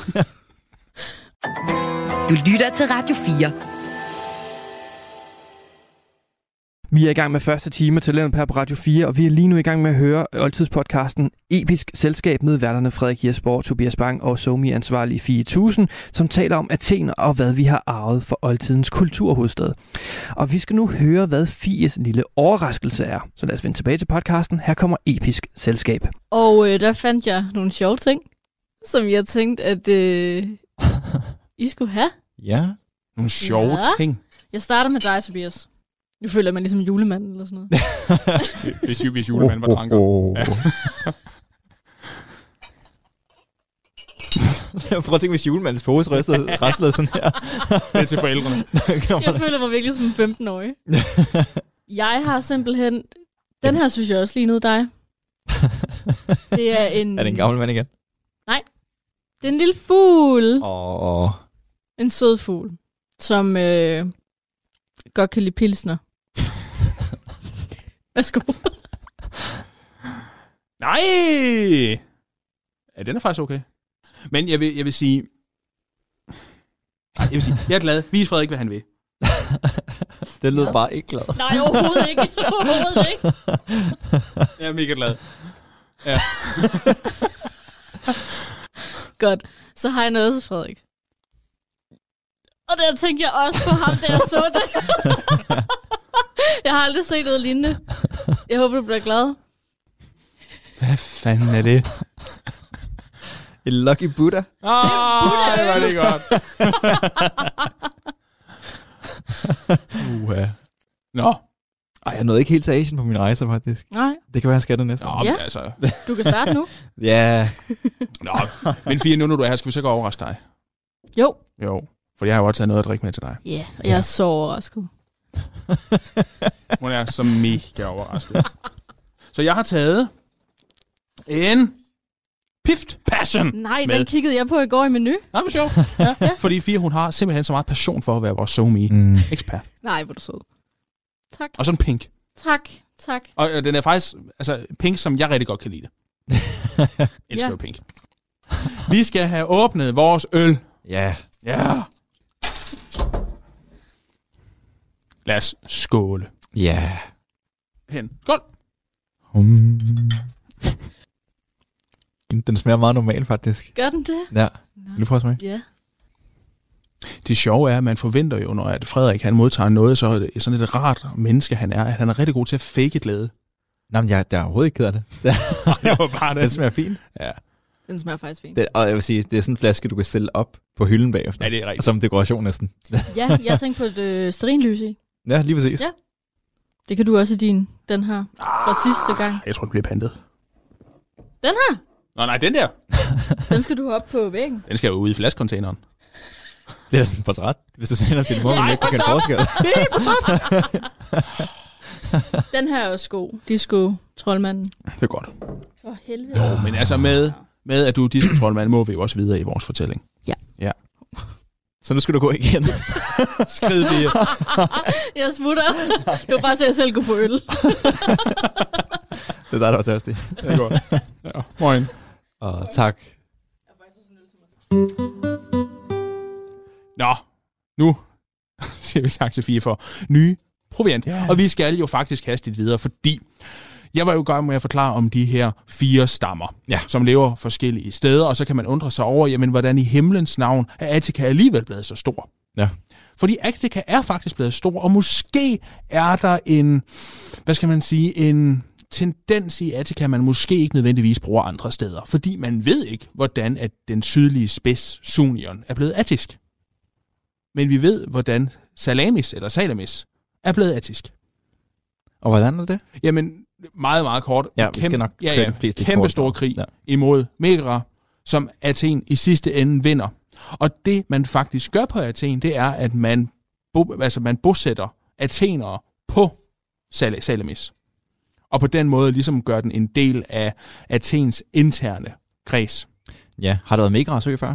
S2: Du lytter til Radio 4.
S3: Vi er i gang med første time til Lennart her på Radio 4, og vi er lige nu i gang med at høre oldtidspodcasten Episk Selskab med værterne Frederik Hirsborg, Tobias Bang og Somi Ansvarlig 4000, som taler om Athen og hvad vi har arvet for oldtidens kulturhovedstad. Og vi skal nu høre, hvad Fies lille overraskelse er. Så lad os vende tilbage til podcasten. Her kommer Episk Selskab.
S7: Og øh, der fandt jeg nogle sjove ting, som jeg tænkte, at øh, I skulle have.
S5: ja.
S6: Nogle sjove
S7: Ja.
S6: ja. ting.
S7: Jeg starter med dig, Tobias. Nu føler man ligesom julemanden eller sådan noget.
S6: Hvis, hvis julemanden var dranker.
S5: oh. Prøv at tænke, hvis julemandens pose rystede, rastlede sådan her.
S6: Det er til forældrene.
S7: Jeg føler mig virkelig som en 15-årig. Jeg har simpelthen... Den her synes jeg også lignede dig. Det er en...
S5: er det en gammel mand igen?
S7: Det er en lille fugl.
S5: Åh, oh,
S7: En sød fugl, som øh, godt kan lide pilsner. Værsgo.
S6: Nej! Ja, den er faktisk okay. Men jeg vil, jeg vil sige... Nej, jeg vil sige, jeg er glad. Vis Frederik, hvad han vil.
S5: det lød bare ikke glad.
S7: Nej, overhovedet ikke. Overhovedet ikke.
S6: Jeg er mega glad.
S7: Godt. Så har jeg noget til Frederik. Og der tænkte jeg også på ham, der jeg så det. jeg har aldrig set noget lignende. Jeg håber, du bliver glad.
S6: Hvad fanden er det?
S5: En lucky Buddha.
S6: Ah, det var det godt. Uha. Nå.
S5: Ej, jeg nåede ikke helt til Asien på min rejse, faktisk.
S7: Nej,
S5: Det kan være, jeg skal det næste.
S6: Nå,
S5: år.
S6: ja.
S7: Ja.
S6: altså.
S7: du kan starte nu.
S5: Ja.
S6: Nå. Men Fie, nu når du er her, skal vi så ikke overraske dig?
S7: Jo.
S6: Jo. For jeg har jo også taget noget at drikke med til dig.
S7: Ja, yeah, jeg er så overrasket.
S6: Hun er så mega overrasket. så jeg har taget en pift passion.
S7: Nej,
S6: Hvad?
S7: den kiggede jeg på i går i menu.
S6: Nej, men sjovt. Ja. Fordi Fia, hun har simpelthen så meget passion for at være vores somi
S5: Mm.
S6: ekspert.
S7: Nej, hvor er du sød. Tak,
S6: Og sådan pink.
S7: tak, tak.
S6: Og øh, den er faktisk altså, pink, som jeg rigtig godt kan lide. det. Elsker
S7: Ja.
S6: jo pink. Vi skal have åbnet vores øl.
S5: Ja.
S6: Ja. Lad os skåle.
S5: Ja.
S6: Hen. Skål.
S5: Mm. Den smager meget normal, faktisk.
S7: Gør den det?
S5: Ja.
S7: Nå.
S5: Vil du prøve at smage?
S7: Ja.
S6: Det sjove er, at man forventer jo, når at Frederik han modtager noget, så er det sådan et rart menneske, han er, at han er rigtig god til at fake glæde.
S5: Nej, men jeg, jeg er overhovedet ikke ked af det.
S6: det var bare
S5: Den smager fint.
S6: Ja.
S7: Den smager faktisk fint.
S5: Det, og jeg vil sige, det er sådan en flaske, du kan stille op på hylden bagefter.
S6: ja, det er rigtigt.
S5: Som dekoration næsten.
S7: Ja, jeg tænkte på et øh, sterinlys i.
S5: Ja, lige præcis.
S7: Ja. Det kan du også i din, den her, fra sidste gang.
S6: Jeg tror, det bliver pantet.
S7: Den her,
S6: Nå nej, den der.
S7: den skal du have op på væggen.
S6: Den skal jo ud i flaskecontaineren.
S5: Det er da sådan et portræt. Hvis du sender til din mor, hun ikke kan kende forskel.
S7: Den her er også god. De sko, troldmanden.
S6: Det er godt.
S7: For helvede.
S6: Jo, men altså med, med at du er diskontrolmand, må vi jo også videre i vores fortælling.
S5: Så nu skal du gå igen.
S6: Skrid det.
S7: Jeg smutter. Det var bare så, jeg selv kunne få øl.
S5: Det er dig, der var tørstig.
S6: Det er godt. Ja, morgen.
S5: Og tak.
S6: Nå, nu siger vi tak til Fie for nye proviant. Yeah. Og vi skal jo faktisk kaste lidt videre, fordi jeg var jo i gang med at forklare om de her fire stammer,
S5: Ja.
S6: som lever forskellige steder, og så kan man undre sig over, jamen hvordan i himlens navn er Attica alligevel blevet så stor?
S5: Ja.
S6: Fordi Attica er faktisk blevet stor, og måske er der en, hvad skal man sige, en tendens i Attica, man måske ikke nødvendigvis bruger andre steder, fordi man ved ikke, hvordan at den sydlige spids, Sunion, er blevet attisk. Men vi ved, hvordan Salamis, eller Salamis, er blevet attisk.
S5: Og hvordan er det?
S6: Jamen, meget, meget kort.
S5: Ja, vi skal nok
S6: ja,
S5: køre
S6: ja,
S5: de fleste
S6: kæmpe
S5: kort.
S6: stor krig
S5: Ja.
S6: ja. imod Megara, som Athen i sidste ende vinder. Og det, man faktisk gør på Athen, det er, at man, bo, altså, man bosætter athenere på Sal- Salamis. Og på den måde ligesom gør den en del af Athens interne kreds.
S5: Ja, har der været Megra sø før?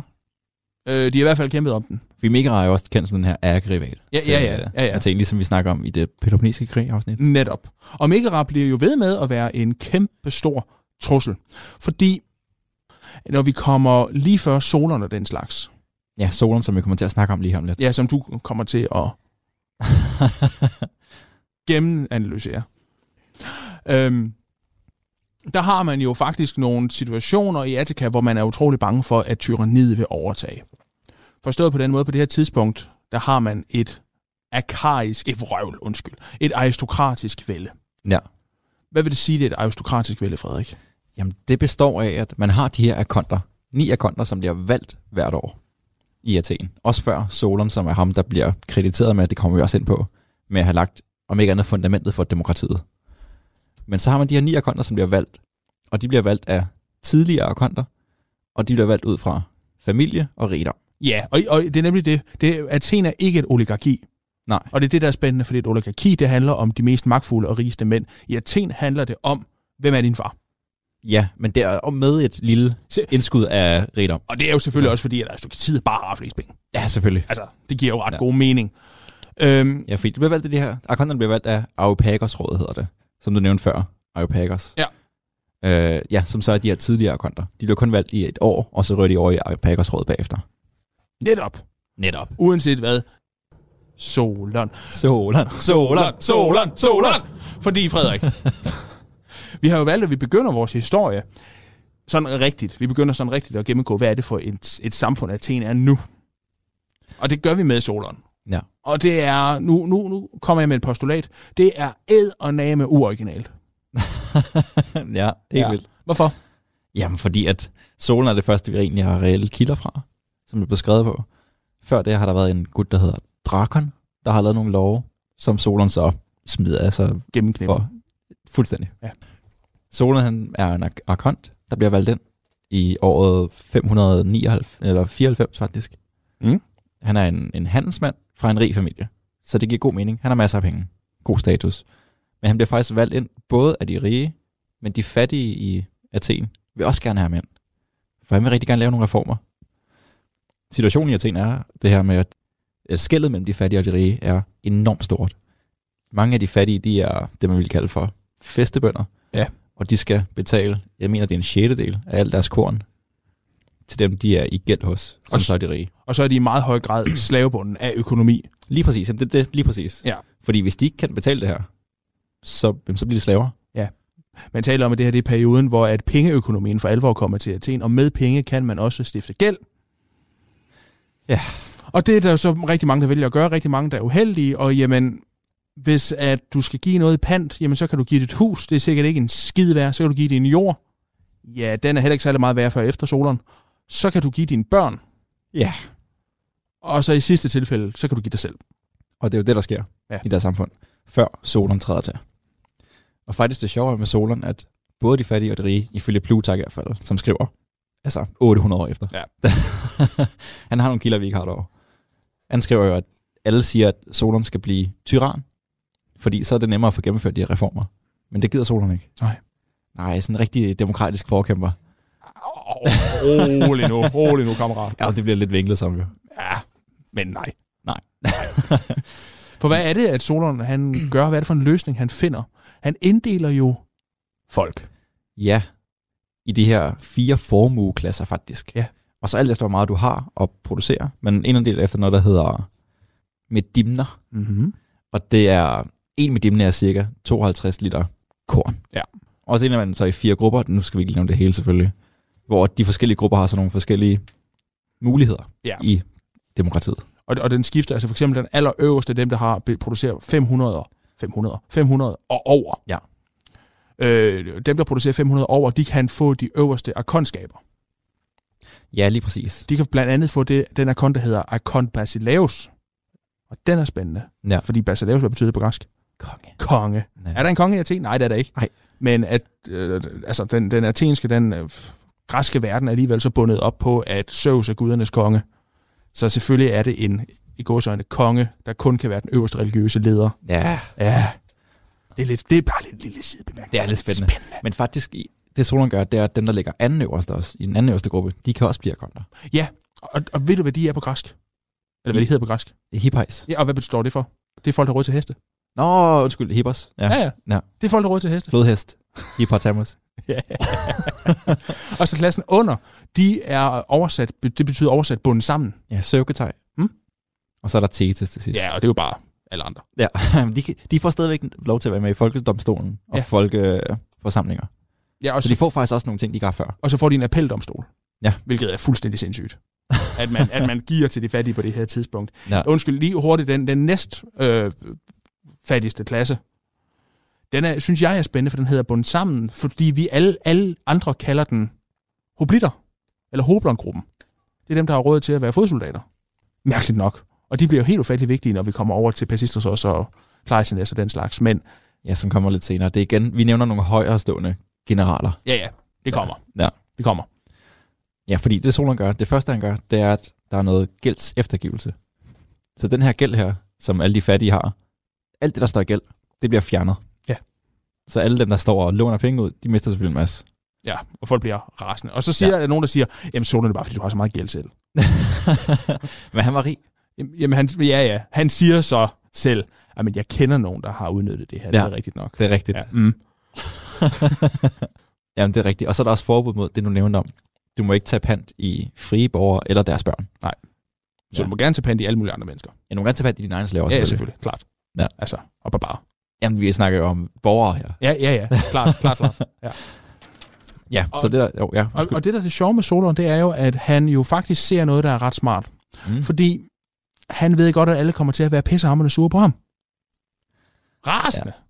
S6: Øh, de har i hvert fald kæmpet om den.
S5: Vi Megra er jo også kendt som den her ærkerival.
S6: Ja,
S5: til,
S6: ja, ja,
S5: øh,
S6: ja, ja.
S5: Athen, ligesom vi snakker om i det peloponnesiske krig afsnit.
S6: Netop. Og Megara bliver jo ved med at være en kæmpe stor trussel. Fordi når vi kommer lige før solerne og den slags,
S5: Ja, solen, som vi kommer til at snakke om lige her om lidt.
S6: ja, som du kommer til at gennemanalysere, øhm, der har man jo faktisk nogle situationer i Attica, hvor man er utrolig bange for, at tyranniet vil overtage. Forstået på den måde, på det her tidspunkt, der har man et arkaisk, et vrøvl, undskyld, et aristokratisk vælde.
S5: ja.
S6: Hvad vil det sige, det er et aristokratisk vælde, Frederik?
S5: Jamen, det består af, at man har de her akonter. Ni akonter, som bliver valgt hvert år i Athen. Også før Solon, som er ham, der bliver krediteret med, det kommer vi også ind på, med at have lagt, om ikke andet, fundamentet for demokratiet. Men så har man de her ni akonter, som bliver valgt. Og de bliver valgt af tidligere akonter, og de bliver valgt ud fra familie og rigdom.
S6: Ja, og, og det er nemlig det. det Athen er ikke et oligarki.
S5: Nej.
S6: Og det er det, der er spændende, fordi et oligarki, det handler om de mest magtfulde og rigeste mænd. I Athen handler det om, hvem er din far?
S5: Ja, men der og med et lille
S6: Se-
S5: indskud af rigdom.
S6: Og det er jo selvfølgelig
S5: Så.
S6: så. også fordi, at aristokratiet bare har flest penge.
S5: Ja, selvfølgelig.
S6: Altså, det giver jo ret
S5: Ja.
S6: ja. god mening. Øhm,
S5: Ja, fordi det bliver valgt af de her... Arkonterne bliver valgt af Aupagos råd, hedder det. Som du nævnte før. Aupagos.
S6: Ja.
S5: Øh, ja, som så er de her tidligere arkonter. De blev kun valgt i et år, og så rører de over i Aupagos råd bagefter.
S6: netop.
S5: Netop.
S6: Uanset hvad. Solon.
S5: Solan. Solan.
S6: Solan, Solan, Solan! Fordi, Frederik, vi har jo valgt, at vi begynder vores historie sådan rigtigt. Vi begynder sådan rigtigt at gennemgå, hvad er det for et, et samfund, Athen er nu. Og det gør vi med Solon.
S5: Ja.
S6: Og det er, nu, nu, nu kommer jeg med et postulat, det er æd og name uoriginalt.
S5: ja, helt
S6: Ja.
S5: ja. vildt.
S6: Hvorfor?
S5: Jamen, fordi at solen er det første, vi egentlig har reelle kilder fra, som det blev skrevet på. Før det har der været en gut, der hedder Drakon, der har lavet nogle love, som solen så smider af sig
S6: Gennemknip.
S5: For, fuldstændig.
S6: Ja.
S5: Solon han er en ar- arkont, der bliver valgt ind i året 599, eller 94 faktisk.
S6: Mm.
S5: Han er en, en handelsmand fra en rig familie, så det giver god mening. Han har masser af penge, god status. Men han bliver faktisk valgt ind både af de rige, men de fattige i Athen vil også gerne have ham ind. For han vil rigtig gerne lave nogle reformer. Situationen i Athen er det her med, at at skellet mellem de fattige og de rige er enormt stort mange af de fattige, de er det, man ville kalde for festebønder.
S6: Ja.
S5: og de skal betale, jeg mener, det er en sjettedel af alt deres korn, til dem, de er i gæld hos, som
S6: Og
S5: og
S6: s-
S5: så er de rige.
S6: Og så er de i meget høj grad slavebunden af økonomi.
S5: Lige præcis, jamen, det, det, lige præcis.
S6: Ja.
S5: Fordi hvis de ikke kan betale det her, så, jamen, så bliver de slaver.
S6: Man taler om, at det her det er perioden, hvor at pengeøkonomien for alvor kommer til Athen, og med penge kan man også stifte gæld.
S5: Ja.
S6: Og det er der jo så rigtig mange, der vælger at gøre, rigtig mange, der er uheldige, og jamen, hvis at du skal give noget i pant, jamen så kan du give dit hus, det er sikkert ikke en skid værd, så kan du give din jord, ja, den er heller ikke særlig meget værd før efter soleren, så kan du give dine børn,
S5: Ja.
S6: og så i sidste tilfælde, så kan du give dig selv.
S5: Og det er jo det, der sker
S6: Ja.
S5: ja. i deres samfund, før solen træder til. Og faktisk det sjove er med solen, at både de fattige og de rige, ifølge Plutark i hvert fald, som skriver, altså 800 år efter.
S6: Ja.
S5: han har nogle kilder, vi ikke har derovre. Han skriver jo, at alle siger, at solen skal blive tyran, fordi så er det nemmere at få gennemført de her reformer. Men det gider solen ikke.
S6: Nej.
S5: Nej, sådan en rigtig demokratisk forkæmper.
S6: Åh, rolig nu, rolig nu, kammerat.
S5: Ja, det bliver lidt vinklet som jo.
S6: Ja, men nej.
S5: Nej.
S6: For hvad er det, at Solon han gør? Hvad er det for en løsning, han finder? Han inddeler jo folk.
S5: Ja, i de her fire formueklasser faktisk.
S6: Ja.
S5: Og så alt efter, hvor meget du har at producere. Men en del efter noget, der hedder medimner.
S6: Mm-hmm.
S5: Og det er, en medimne er cirka 52 liter korn.
S6: Ja.
S5: Og så deler man så i fire grupper. Nu skal vi ikke lige nævne det hele selvfølgelig. Hvor de forskellige grupper har så nogle forskellige muligheder
S6: Ja.
S5: i demokratiet.
S6: Og, og den skifter, altså for eksempel den allerøverste, dem der har be- producerer 500, 500, 500 og over.
S5: Ja.
S6: Øh, dem, der producerer 500 over, de kan få de øverste arkonskaber.
S5: Ja, lige præcis.
S6: De kan blandt andet få det, den arkon, der hedder Arkon Basileus. Og den er spændende,
S5: Ja.
S6: fordi Basileus, hvad betyder det på græsk?
S5: Konge.
S6: Konge. Er der en konge i Athen? Nej, det er der ikke.
S5: Nej.
S6: Men at, øh, altså, den, den athenske, den øh, græske verden er alligevel så bundet op på, at Zeus er gudernes konge. Så selvfølgelig er det en, i gåsøjne, konge, der kun kan være den øverste religiøse leder.
S5: Ja.
S6: Ja. Det er, lidt, det er bare lidt lille sidebemærkning.
S5: Det er lidt spændende. Men faktisk, i- det Solon gør, det er, at dem, der ligger anden øverst også, i den anden øverste gruppe, de kan også blive arkonter.
S6: Og, og ved du, hvad de er på græsk? Eller hvad de hedder på græsk?
S5: Det er hippejs.
S6: Ja, og hvad består det for? Det er folk, der har råd til heste.
S5: Nå, undskyld, hippos. Ja.
S6: ja. ja.
S5: Ja.
S6: Det er folk, der har råd til heste.
S5: Flodhest. Hippotamus.
S6: Ja. og så klassen under, de er oversat, det betyder oversat bundet sammen.
S5: ja, søvketej.
S6: Mm.
S5: Og så er der Thetis til sidst.
S6: Ja, og det er jo bare alle andre.
S5: ja. de, kan- de får stadigvæk lov til at være med i folkedomstolen og
S6: Ja.
S5: ja. folkeforsamlinger.
S6: Ja, og
S5: Så de får faktisk også nogle ting, de ikke har før.
S6: og så får de en appeldomstol.
S5: Ja.
S6: Hvilket er fuldstændig sindssygt. At man, at man giver til de fattige på det her tidspunkt.
S5: Ja.
S6: Undskyld, lige hurtigt, den, den næst øh, fattigste klasse, den er, synes jeg er spændende, for den hedder bundet sammen, fordi vi alle, alle andre kalder den hoblitter, eller hoblongruppen. Det er dem, der har råd til at være fodsoldater. Mærkeligt nok. Og de bliver jo helt ufattelig vigtige, når vi kommer over til Persisters også og Kleissenæs og den slags. Men
S5: Ja, som kommer lidt senere. Det er igen, vi nævner nogle højere stående generaler.
S6: ja, ja, det kommer.
S5: Ja.
S6: Det kommer.
S5: Ja, fordi det Solon gør, det første han gør, det er, at der er noget gælds eftergivelse. Så den her gæld her, som alle de fattige har, alt det, der står i gæld, det bliver fjernet.
S6: Ja.
S5: Så alle dem, der står og låner penge ud, de mister selvfølgelig en masse.
S6: Ja, og folk bliver rasende. Og så siger ja. der nogen, der siger, jamen Solon er bare, fordi du har så meget gæld selv.
S5: Men han var rig.
S6: Jamen, Jamen han, ja, ja, han siger så selv, jamen jeg kender nogen, der har udnyttet det her, ja. det
S5: Ja.
S6: er rigtigt nok.
S5: Det er rigtigt.
S6: Ja, mm.
S5: Jamen, det er rigtigt. Og så er der også forbud mod det, du nævnte om. Du må ikke tage pant i frie borgere eller deres børn.
S6: Så ja.
S5: Ja.
S6: du må gerne tage pant i alle mulige andre mennesker.
S5: Ja, du må gerne tage pant i dine egne slaver.
S6: Ja, ja, selvfølgelig, klart.
S5: Ja.
S6: Altså, og på bare.
S5: Jamen, vi snakker jo om borgere her.
S6: Ja, ja, ja, klart, klart, klart.
S5: Ja,
S6: Og-
S5: så det der... Jo, ja,
S6: Og, og det, der er det sjove med Solon, det er jo, at han jo faktisk ser noget, der er ret smart.
S5: mm.
S6: Fordi han ved godt, at alle kommer til at være pissehammerne sure på ham. Rasende. Ja.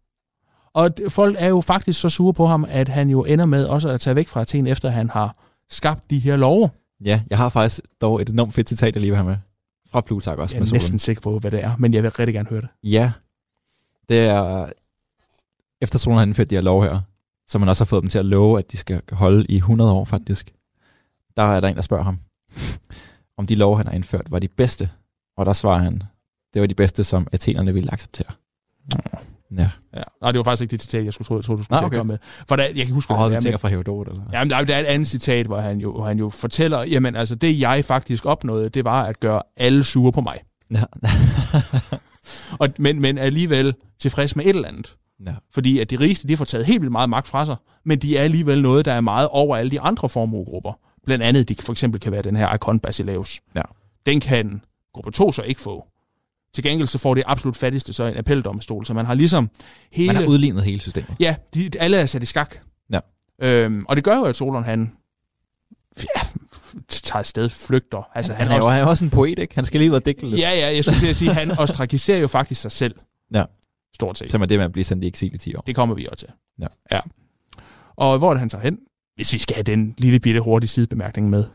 S6: Og d- folk er jo faktisk så sure på ham, at han jo ender med også at tage væk fra Athen, efter han har skabt de her love.
S5: ja, jeg har faktisk dog et enormt fedt citat, jeg lige vil have med. Fra Plutark også.
S6: Jeg
S5: med
S6: er
S5: solen.
S6: næsten sikker på, hvad det er, men jeg vil rigtig gerne høre det.
S5: Ja. Det er... Efter Solon har indført de her lov her, som man også har fået dem til at love, at de skal holde i 100 år faktisk, der er der en, der spørger ham, om de lov, han har indført, var de bedste. Og der svarer han, det var de bedste, som athenerne ville acceptere. Ja.
S6: Ja. Nej, det var faktisk ikke det citat, jeg skulle tro, jeg troede, du skulle
S5: Nej,
S6: til at
S5: okay.
S6: komme med. For der, jeg kan ikke huske,
S5: Åh, oh,
S6: hvad det
S5: jeg
S6: er, men,
S5: tænker fra Herodot, eller?
S6: jamen, der, er- der er et andet citat, hvor han jo, hvor han jo fortæller, jamen altså, det jeg faktisk opnåede, det var at gøre alle sure på mig.
S5: ja.
S6: Og, men, men alligevel tilfreds med et eller andet.
S5: Ja.
S6: Fordi at de rigeste, de får taget helt vildt meget magt fra sig, men de er alligevel noget, der er meget over alle de andre formuegrupper. Blandt andet, de for eksempel kan være den her Icon Basileus.
S5: Ja.
S6: Den kan gruppe 2 så ikke få. Til gengæld så får det absolut fattigste så en appeldomstol, så man har ligesom hele...
S5: Man har udlignet hele systemet.
S6: Ja, de, alle er sat i skak.
S5: Ja.
S6: Øhm, og det gør jo, at Solon han ja, tager afsted, flygter. Altså, han,
S5: Han er, jo, han er også en poet, ikke? Han skal lige ud og digte lidt.
S6: Ja, ja, jeg skulle til at sige, han ostrakiserer jo faktisk sig selv.
S5: Ja.
S6: Stort set.
S5: Som er det med at blive sendt i eksil i 10 år.
S6: Det kommer vi også til.
S5: Ja.
S6: ja. Og hvor er det, han tager hen? Hvis vi skal have den lille bitte hurtige sidebemærkning med.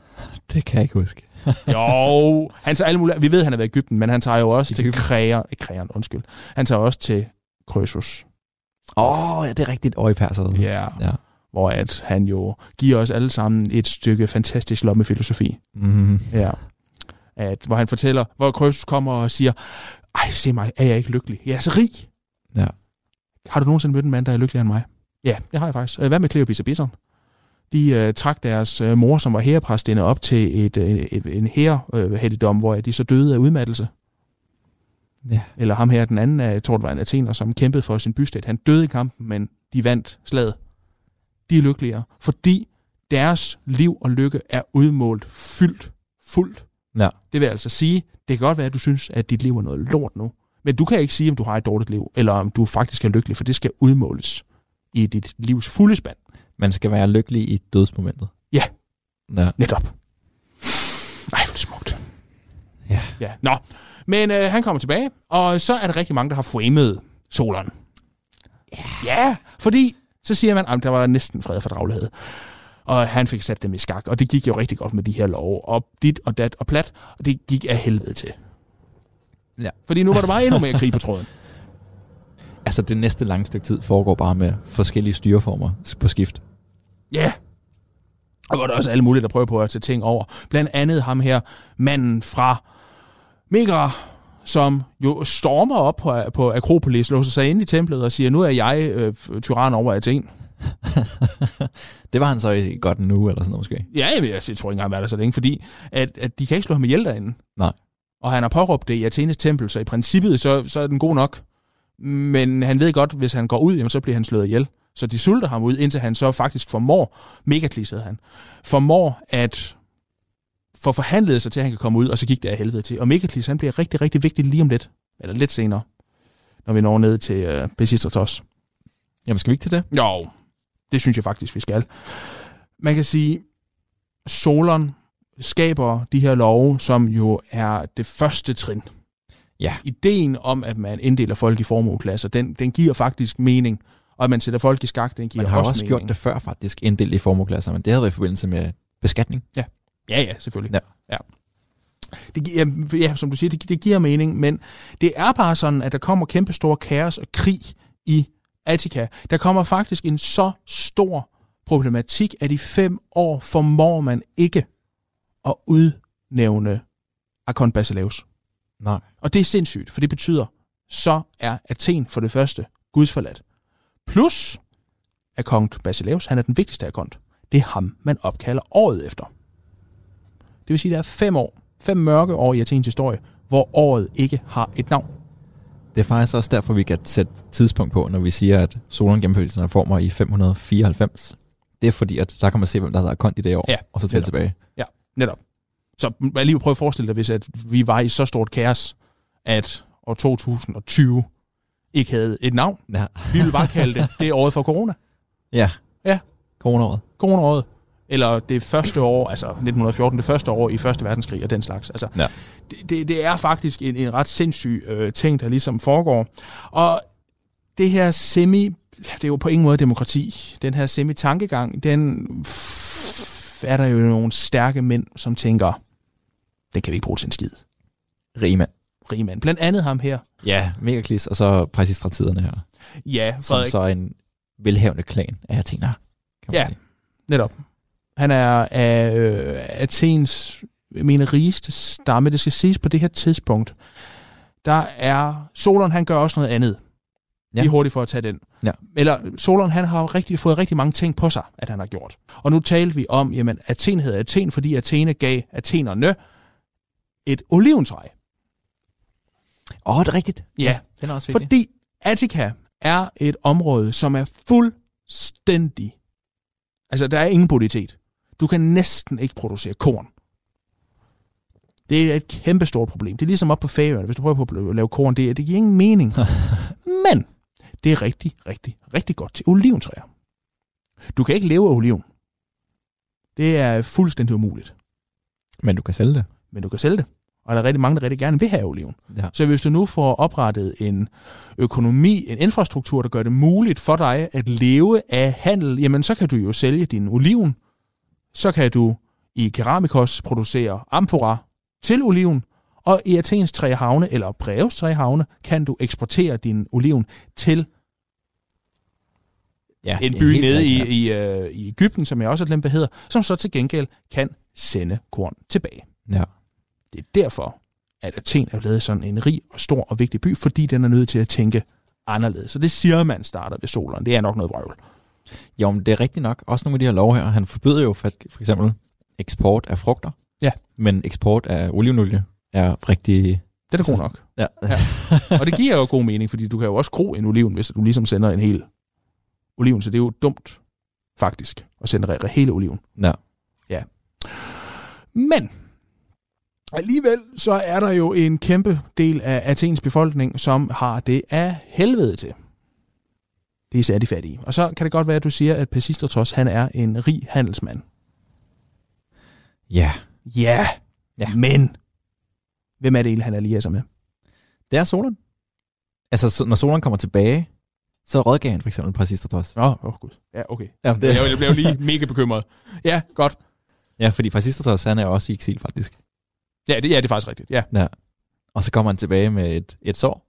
S5: Det kan jeg ikke huske.
S6: Jo, han tager alle mulige... Vi ved, han har været i Ægypten, men han tager jo også til
S5: Egypten.
S6: Kræer... Ikke Kræeren, undskyld. Han tager også til Krøsus.
S5: Åh, oh, ja, det er rigtigt. Øje perser.
S6: Ja. Yeah.
S5: Ja.
S6: Hvor at han jo giver os alle sammen et stykke fantastisk lommefilosofi.
S5: Mm-hmm.
S6: Ja. At, hvor han fortæller, hvor Krøsus kommer og siger, ej, se mig, er jeg ikke lykkelig? Jeg er så rig.
S5: Ja.
S6: Har du nogensinde mødt en mand, der er lykkeligere end mig? Ja, det har jeg faktisk. Øh, Hvad med Cleopis og Bison? De øh, trak deres øh, mor, som var herrepræstinde, op til et, øh, et, en herrehelligdom, hvor de så døde af udmattelse.
S5: Ja.
S6: Eller ham her, den anden, af- jeg tror det var en athener, som kæmpede for sin bystat. Han døde i kampen, men de vandt slaget. De er lykkeligere, fordi deres liv og lykke er udmålt fyldt, fuldt.
S5: Ja.
S6: Det vil altså sige, det kan godt være, at du synes, at dit liv er noget lort nu, men du kan ikke sige, om du har et dårligt liv, eller om du faktisk er lykkelig, for det skal udmåles i dit livs fulde spand.
S5: Man skal være lykkelig i dødsmomentet.
S6: Ja.
S5: Ja.
S6: Netop. Ej, hvor er det smukt.
S5: Ja.
S6: ja. Nå, men øh, han kommer tilbage, og så er der rigtig mange, der har framet Solon. Ja. Yeah. Ja, fordi så siger man, at der var næsten fred for draglighed. Og han fik sat dem i skak, og det gik jo rigtig godt med de her love. Og dit og dat og plat, og det gik af helvede til.
S5: Ja.
S6: Fordi nu var der bare endnu mere krig på tråden.
S5: Altså, det næste lange stykke tid foregår bare med forskellige styreformer på skift.
S6: Ja. Yeah. Og hvor der også alle mulige, der prøver på at tage ting over. Blandt andet ham her, manden fra Megra, som jo stormer op på, på Akropolis, låser sig ind i templet og siger, nu er jeg øh, tyran over Athen.
S5: Det var han så i godt nu eller sådan noget måske.
S6: Ja, jeg, jeg, jeg tror ikke engang, hvad der er så længe, fordi at, at de kan ikke slå ham ihjel derinde.
S5: Nej.
S6: Og han har påråbt det i Athenes tempel, så i princippet så, så er den god nok. Men han ved godt, hvis han går ud, jamen, så bliver han slået ihjel. Så de sulter ham ud, indtil han så faktisk formår, Megakles hedder han, formår at få forhandlet sig til, at han kan komme ud, og så gik det af helvede til. Og Megakles, han bliver rigtig, rigtig vigtig lige om lidt, eller lidt senere, når vi når ned til øh, Pisistratos.
S5: Jamen, skal vi ikke til det?
S6: Jo, det synes jeg faktisk, vi skal. Man kan sige, Solon skaber de her love, som jo er det første trin.
S5: Ja.
S6: Ideen om, at man inddeler folk i formueklasser, den, den giver faktisk mening. Og at man sætter folk i skak, den giver
S5: Man har
S6: også,
S5: også, også
S6: mening.
S5: gjort det før faktisk, en del i formoklasser, men det havde været i forbindelse med beskatning.
S6: Ja, ja, selvfølgelig.
S5: Ja.
S6: ja. Det giver, ja, som du siger, det, gi- det giver mening, men det er bare sådan, at der kommer kæmpe store kaos og krig i Attica. Der kommer faktisk en så stor problematik, at i fem år formår man ikke at udnævne Akon Basileus.
S5: Nej.
S6: Og det er sindssygt, for det betyder, så er Athen for det første gudsforladt. Plus, at kong Basileus, han er den vigtigste akont. Det er ham, man opkalder året efter. Det vil sige, at der er fem år, fem mørke år i Athens historie, hvor året ikke har et navn.
S5: Det er faktisk også derfor, vi kan sætte tidspunkt på, når vi siger, at solen gennemførte sine reformer i 594. Det er fordi, at der kan man se, hvem der har været kont i det år,
S6: Ja,
S5: og så tælle
S6: netop.
S5: tilbage.
S6: Netop. Så jeg lige prøve at forestille dig, hvis at vi var i så stort kaos, at år 2020 ikke havde et navn.
S5: Ja.
S6: Vi ville bare kalde det, det er året for corona.
S5: Ja.
S6: Ja.
S5: Coronaåret.
S6: coronaåret, eller det første år, altså 1914, det første år i Første Verdenskrig og den slags. Altså,
S5: Ja.
S6: det, det, det er faktisk en, en ret sindssyg øh, ting, der ligesom foregår. Og det her semi, det er jo på ingen måde demokrati, den her semi-tankegang, den f- er der jo nogle stærke mænd, som tænker, det kan vi ikke bruge til en skid.
S5: Rima.
S6: Rige mænd. Blandt andet ham her.
S5: Ja, Megaklis, og så præcistratiderne her,
S6: Ja,
S5: som
S6: Frederik.
S5: så er en velhavende klan af Athener. kan man
S6: Ja.
S5: sige.
S6: Netop. Han er af øh, Athens, jeg mener, rigeste stamme. Det skal siges på det her tidspunkt. Der er... Solon, han gør også noget andet. Ja.
S5: Ja.
S6: Lige hurtigt for at tage den.
S5: Ja.
S6: Eller Solon, han har jo rigtig, fået rigtig mange ting på sig, at han har gjort. Og nu talte vi om, jamen, Athen hedder Athen, fordi Athene gav athenerne et oliventræ.
S5: Åh, oh, det er rigtigt.
S6: Ja,
S5: Den er også vigtig.
S6: fordi Attica er et område, som er fuldstændig... Altså, der er ingen politet. Du kan næsten ikke producere korn. Det er et kæmpestort problem. Det er ligesom op på Færøerne, hvis du prøver på at lave korn. Det, det giver ingen mening. Men det er rigtig, rigtig, rigtig godt til oliventræer. Du kan ikke leve af oliven. Det er fuldstændig umuligt.
S5: Men du kan sælge det.
S6: Men du kan sælge det. Og der er rigtig mange, der rigtig gerne vil have oliven.
S5: Ja.
S6: Så hvis du nu får oprettet en økonomi, en infrastruktur, der gør det muligt for dig at leve af handel, jamen så kan du jo sælge din oliven. Så kan du i Keramikos producere amfora til oliven, og i Athens tre havne, eller Breves tre havne, kan du eksportere din oliven til
S5: Ja,
S6: en
S5: ja,
S6: by
S5: helt
S6: nede i,
S5: rigtigt,
S6: i, øh, i Ægypten, som jeg også har glemt, hvad hedder, som så til gengæld kan sende korn tilbage.
S5: Ja.
S6: Det er derfor, at Athen er blevet sådan en rig og stor og vigtig by, fordi den er nødt til at tænke anderledes. Så det siger man starter ved solen. Det er nok noget vrøvl.
S5: Jo, men det er rigtigt nok. Også nogle af de her lov her. Han forbyder jo for, for eksempel eksport af frugter.
S6: Ja.
S5: Men eksport af olivenolie er rigtig...
S6: Den er god nok.
S5: Ja.
S6: Ja. Og det giver jo god mening, fordi du kan jo også gro en oliven, hvis du ligesom sender en hel oliven. Så det er jo dumt, faktisk, at sende re- hele oliven.
S5: ja.
S6: Men alligevel så er der jo en kæmpe del af Athens befolkning, som har det af helvede til. Det er især de fattige. Og så kan det godt være, at du siger, at Pisistratos, han er en rig handelsmand.
S5: Ja.
S6: Ja,
S5: Ja.
S6: men hvem er det egentlig, han allierer sig med?
S5: Det er solen. Altså, så, når solen kommer tilbage, så rådgav han for eksempel Præsistratos.
S6: Nå, åh oh, gud. Ja, okay.
S5: Ja, det,
S6: Jeg blev lige mega bekymret. Ja, godt.
S5: ja, fordi Præsistratos, han er jo også i eksil faktisk.
S6: Ja, det, ja, det er faktisk rigtigt. Ja.
S5: Og så kommer han tilbage med et, et sår.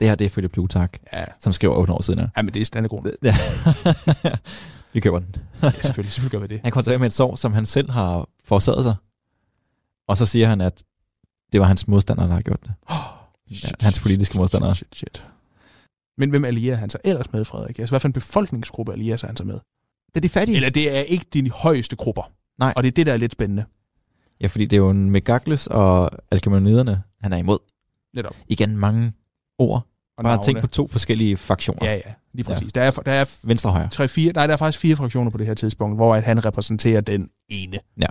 S5: Det her, det er ifølge Plutark,
S6: Ja,
S5: som skriver 8 år siden. her.
S6: ja men det er standegrund.
S5: Ja. Vi køber den.
S6: Ja, selvfølgelig, selvfølgelig gør vi det.
S5: Han kommer tilbage med et sår, som han selv har forårsaget sig. Og så siger han, at det var hans modstandere, der har gjort det. Ja, hans politiske modstandere.
S6: Shit, shit, shit. Men hvem allierer han sig ellers med, Frederik? Altså, hvad for en befolkningsgruppe allierer sig han sig med?
S5: Det er de fattige.
S6: Eller det er ikke de højeste grupper.
S5: Nej.
S6: Og det er det, der er lidt spændende.
S5: Ja, fordi det er jo en Megakles og Alkemoniderne, han er imod.
S6: Netop.
S5: Igen mange ord.
S6: Og
S5: Bare
S6: navne.
S5: tænk på to forskellige fraktioner.
S6: Ja, ja, lige præcis. Ja. Der er, der er
S5: Venstre og højre.
S6: tre, fire, nej, der er faktisk fire fraktioner på det her tidspunkt, hvor at han repræsenterer den ene.
S5: Ja.